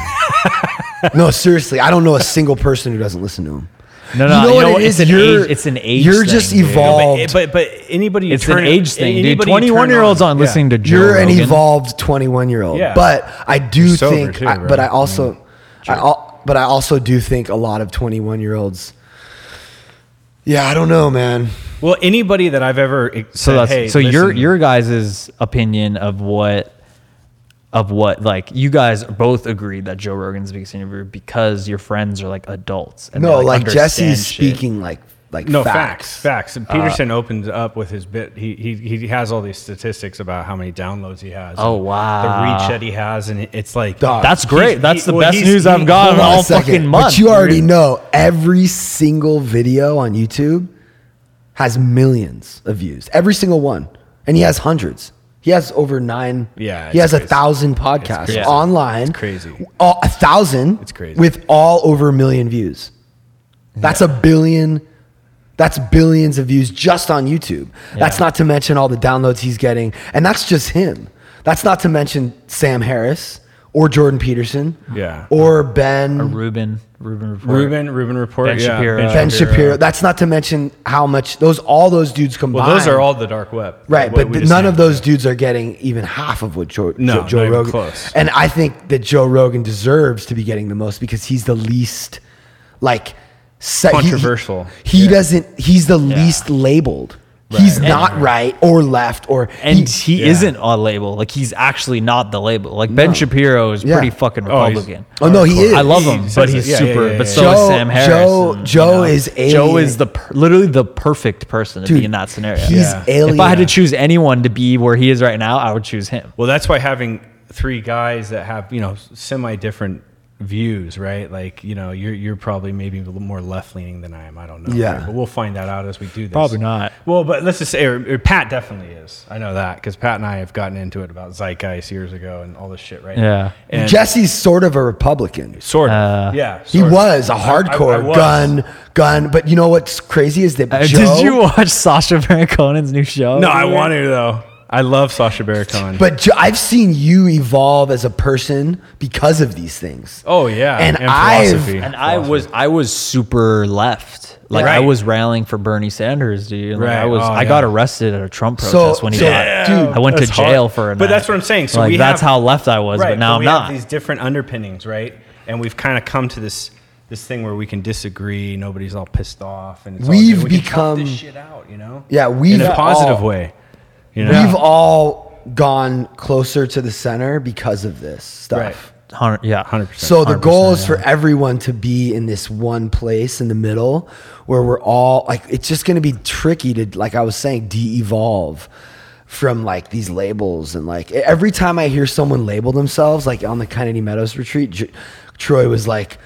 B: no, seriously, I don't know a single person who doesn't listen to him.
D: No, no,
B: you know what it
D: it's
B: is?
D: An
B: You're-
D: age, it's an age.
B: you're just
D: thing, dude.
B: evolved.
C: But, but but anybody, you
D: It's an
C: turn-
D: age thing, dude.
C: anybody you
D: Twenty-one
C: turn
D: year olds on
C: yeah.
D: listening to Joe
B: You're an
D: Rogan.
B: evolved 21 year old.
C: Yeah.
B: But I do
C: sober
B: think,
C: too,
B: I- but
C: right?
B: I also, I al- but I also do think a lot of 21 year olds. Yeah, I don't know, man.
C: Well, anybody that I've ever ex-
D: So
C: said,
D: that's
C: hey,
D: so your
C: listen,
D: your guys' opinion of what of what like you guys both agreed that Joe Rogan's the biggest interviewer because your friends are like adults. And they,
B: No, like,
D: understand
B: Jesse's
D: shit.
B: speaking like like
C: no
B: facts.
C: facts facts. And Peterson
D: Uh.
C: opens up with his bit. He, he he has all these statistics about how many downloads he has.
D: Oh,
C: and
D: wow.
C: the reach that he has, and it's like
B: Dog.
D: That's great.
C: He's-
D: That's
C: he-
D: the
C: well,
D: best
C: he's-
D: news
C: he-
D: I've gotten
B: Hold on a
D: all
B: second,
D: fucking month.
B: But you already know every single video on YouTube has millions of views. Every single one, and he has hundreds. He has over nine.
C: Yeah,
B: he
C: it's
B: has a
C: crazy.
B: thousand
C: It's
B: podcasts
C: crazy.
B: online.
C: It's crazy.
B: All- a thousand.
C: It's crazy.
B: With all over a million views. That's a billion. That's billions of views just on YouTube. That's
D: Yeah.
B: not to mention all the downloads he's getting, and that's just him. That's not to mention Sam Harris or Jordan Peterson,
C: Yeah.
B: or Ben
D: Ruben Ruben report.
C: Ruben Ruben report.
D: Ben
C: yeah,
D: Shapiro.
B: Ben Shapiro. That's not to mention how much those all those dudes combined.
C: Well, those are all the dark web.
B: right,
C: What
B: but
C: we
B: th-
C: just
B: none
C: named.
B: of those dudes are getting even half of what Joe,
C: No,
B: Joe, Joe
C: not even
B: Rogan.
C: close.
B: And I think that Joe Rogan deserves to be getting the most because he's the least like se- he- he-
C: Controversial.
B: He, doesn't. He's the least labeled. He's not right or left or
D: and he,
C: yeah.
D: isn't a label. Like he's actually not the label. Like Ben Shapiro is
B: Yeah.
D: pretty fucking
C: Oh, he's-
D: Republican.
B: Oh no, he is.
D: I love him,
C: He
D: but
C: says
D: he's
C: it. Yeah, yeah,
D: super.
C: yeah,
D: But
C: yeah,
D: so
B: yeah.
D: is
B: Joe-
D: Sam Harris.
B: Joe-
D: and,
B: Joe is a-
D: Joe is the per, literally the perfect person to
B: Dude,
D: be in that scenario.
B: he's Yeah. alien.
D: If I had to choose anyone to be where he is right now, I would choose him.
C: Well, that's why having three guys that have you know semi different views, right? Like, you know, you're you're probably maybe a little more left leaning than I am. I don't know.
B: Yeah.
C: But we'll find that out as we do this.
D: Probably not.
C: Well, but let's just say or, or Pat definitely is. I know that because Pat and I have gotten into it about zeitgeist years ago and all this shit, right?
D: Yeah.
C: And
B: Jesse's sort of a Republican.
C: sort of.
D: Uh,
C: yeah.
B: He
C: sort of.
B: was a
C: I- I- I
B: hardcore
C: was.
B: gun, gun. But you know what's crazy is that
D: Uh,
B: Joe.
D: Did you watch Sasha Baron Cohen's new show?
C: No, I want to though. I love Sasha Baron Cohen.
B: But Jo- I've seen you evolve as a person because of these things.
C: oh yeah,
B: And I've-
D: And I was I was super left. Like
C: Right.
D: I was railing for Bernie Sanders, dude. Like, I
C: Right.
D: was
C: Oh,
D: I got
C: yeah.
D: arrested at a Trump
B: So-
D: protest when he
B: so-
D: got.
B: Dude,
D: I went to
C: that's hard.
D: jail for a
C: But
D: night.
C: that's what I'm saying. So
D: like,
C: we
D: that's
C: have-
D: how left I was, but now I'm
C: we
D: not.
C: Have these different underpinnings, right? And we've kind of come to this this thing where we can disagree. Nobody's all pissed off, and it's all
B: We've
C: good. we can talk
B: become-
C: this shit out, you know.
B: Yeah,
C: in
B: we've
C: a positive
B: all-
C: way. You know?
B: We've all gone closer to the center because of this stuff.
C: right,
D: Hundred- yeah,
C: hundred percent.
B: So the goal is for everyone to be in this one place in the middle where we're all like it's just going to be tricky to like I was saying de-evolve from like these labels and like e-, every time I hear someone label themselves like on the Kennedy Meadows retreat J- Troy was like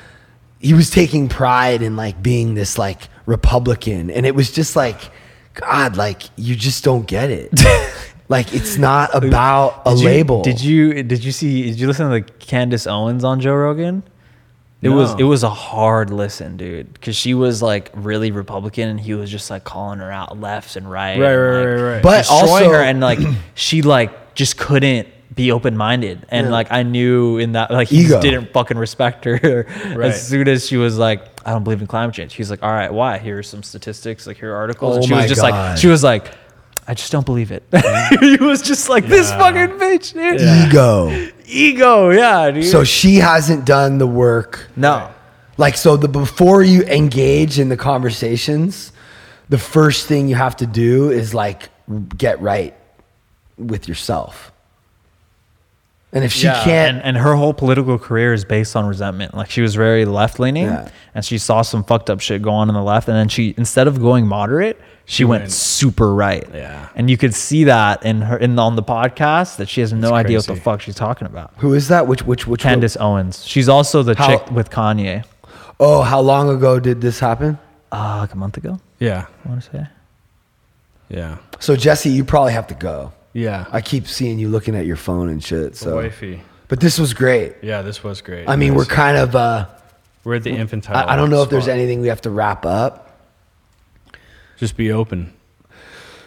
B: he was taking pride in like being this like Republican and it was just like god like you just don't get it. like it's not about a
D: Did you-
B: label.
D: Did you did you see did you listen to the Candace Owens on Joe Rogan? It was
C: No.
D: it was a hard listen, dude, because she was like really Republican, and he was just like calling her out left and right,
C: Right,
D: and,
C: right,
D: like,
C: right, right.
B: But
D: destroying
B: also-
D: her, and like she like just couldn't be open minded, and
B: Yeah.
D: like I knew in that like he
B: Ego.
D: just didn't fucking respect her
C: Right.
D: as soon as she was like, I don't believe in climate change. He's like, all right, why? Here's some statistics, like here are articles, and
B: Oh
D: she
B: my
D: was just
B: God.
D: like, she was like. I just don't believe it. he was just like this fucking bitch, dude.
B: ego?
D: Ego, yeah, dude.
B: So she hasn't done the work.
D: no,
B: Like so the before you engage in the conversations, the first thing you have to do is like get right with yourself. And if she can't
D: and, and her whole political career is based on resentment. Like she was very left leaning,
B: Yeah.
D: and she saw some fucked up shit going on in the left, and then she instead of going moderate, she, went,
C: went-
D: super right.
C: Yeah.
D: and you could see that in her in on the podcast that she has no idea what the
C: crazy.
D: fuck she's talking about.
B: who is that? Which which which
D: Candace Owens. She's also the
B: How-
D: chick with Kanye.
B: Oh, how long ago did this happen?
D: Uh, like a month ago,
C: yeah,
D: I want to say.
C: yeah,
B: So Jesse, you probably have to go.
C: yeah.
B: I keep seeing you looking at your phone and shit. So
C: Wifey.
B: But this was great.
C: Yeah, this was great.
B: I mean, we're kind of uh
C: we're at the infantile.
B: I, I don't know if there's
C: spot.
B: anything we have to wrap up.
C: Just be open.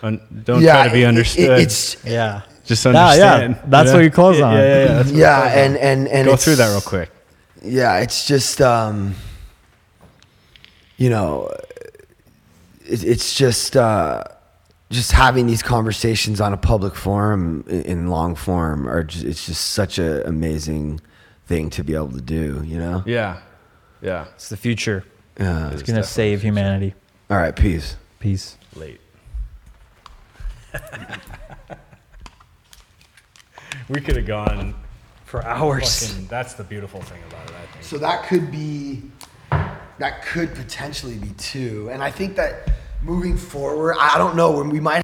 C: Un- don't try to
B: it-
C: be
B: it-
C: understood.
B: it's
D: Yeah,
C: just
D: yeah, yeah.
C: understand.
D: That's what you close on.
C: Yeah, yeah. yeah, that's what you
B: yeah,
C: close on.
B: and and and
C: go
B: it's-
C: through that real quick.
B: yeah it's just um you know it, it's just uh just having these conversations on a public forum in, in long form are just, it's just such a amazing thing to be able to do you know
C: Yeah, yeah.
D: it's the future.
B: yeah.
D: It's gonna save humanity.
B: all right peace
D: Peace.
C: late. we could have gone
D: For hours.
C: fucking. That's the beautiful thing about it. I think.
B: So that could be, that could potentially be two. And I think that moving forward, I I don't know, we might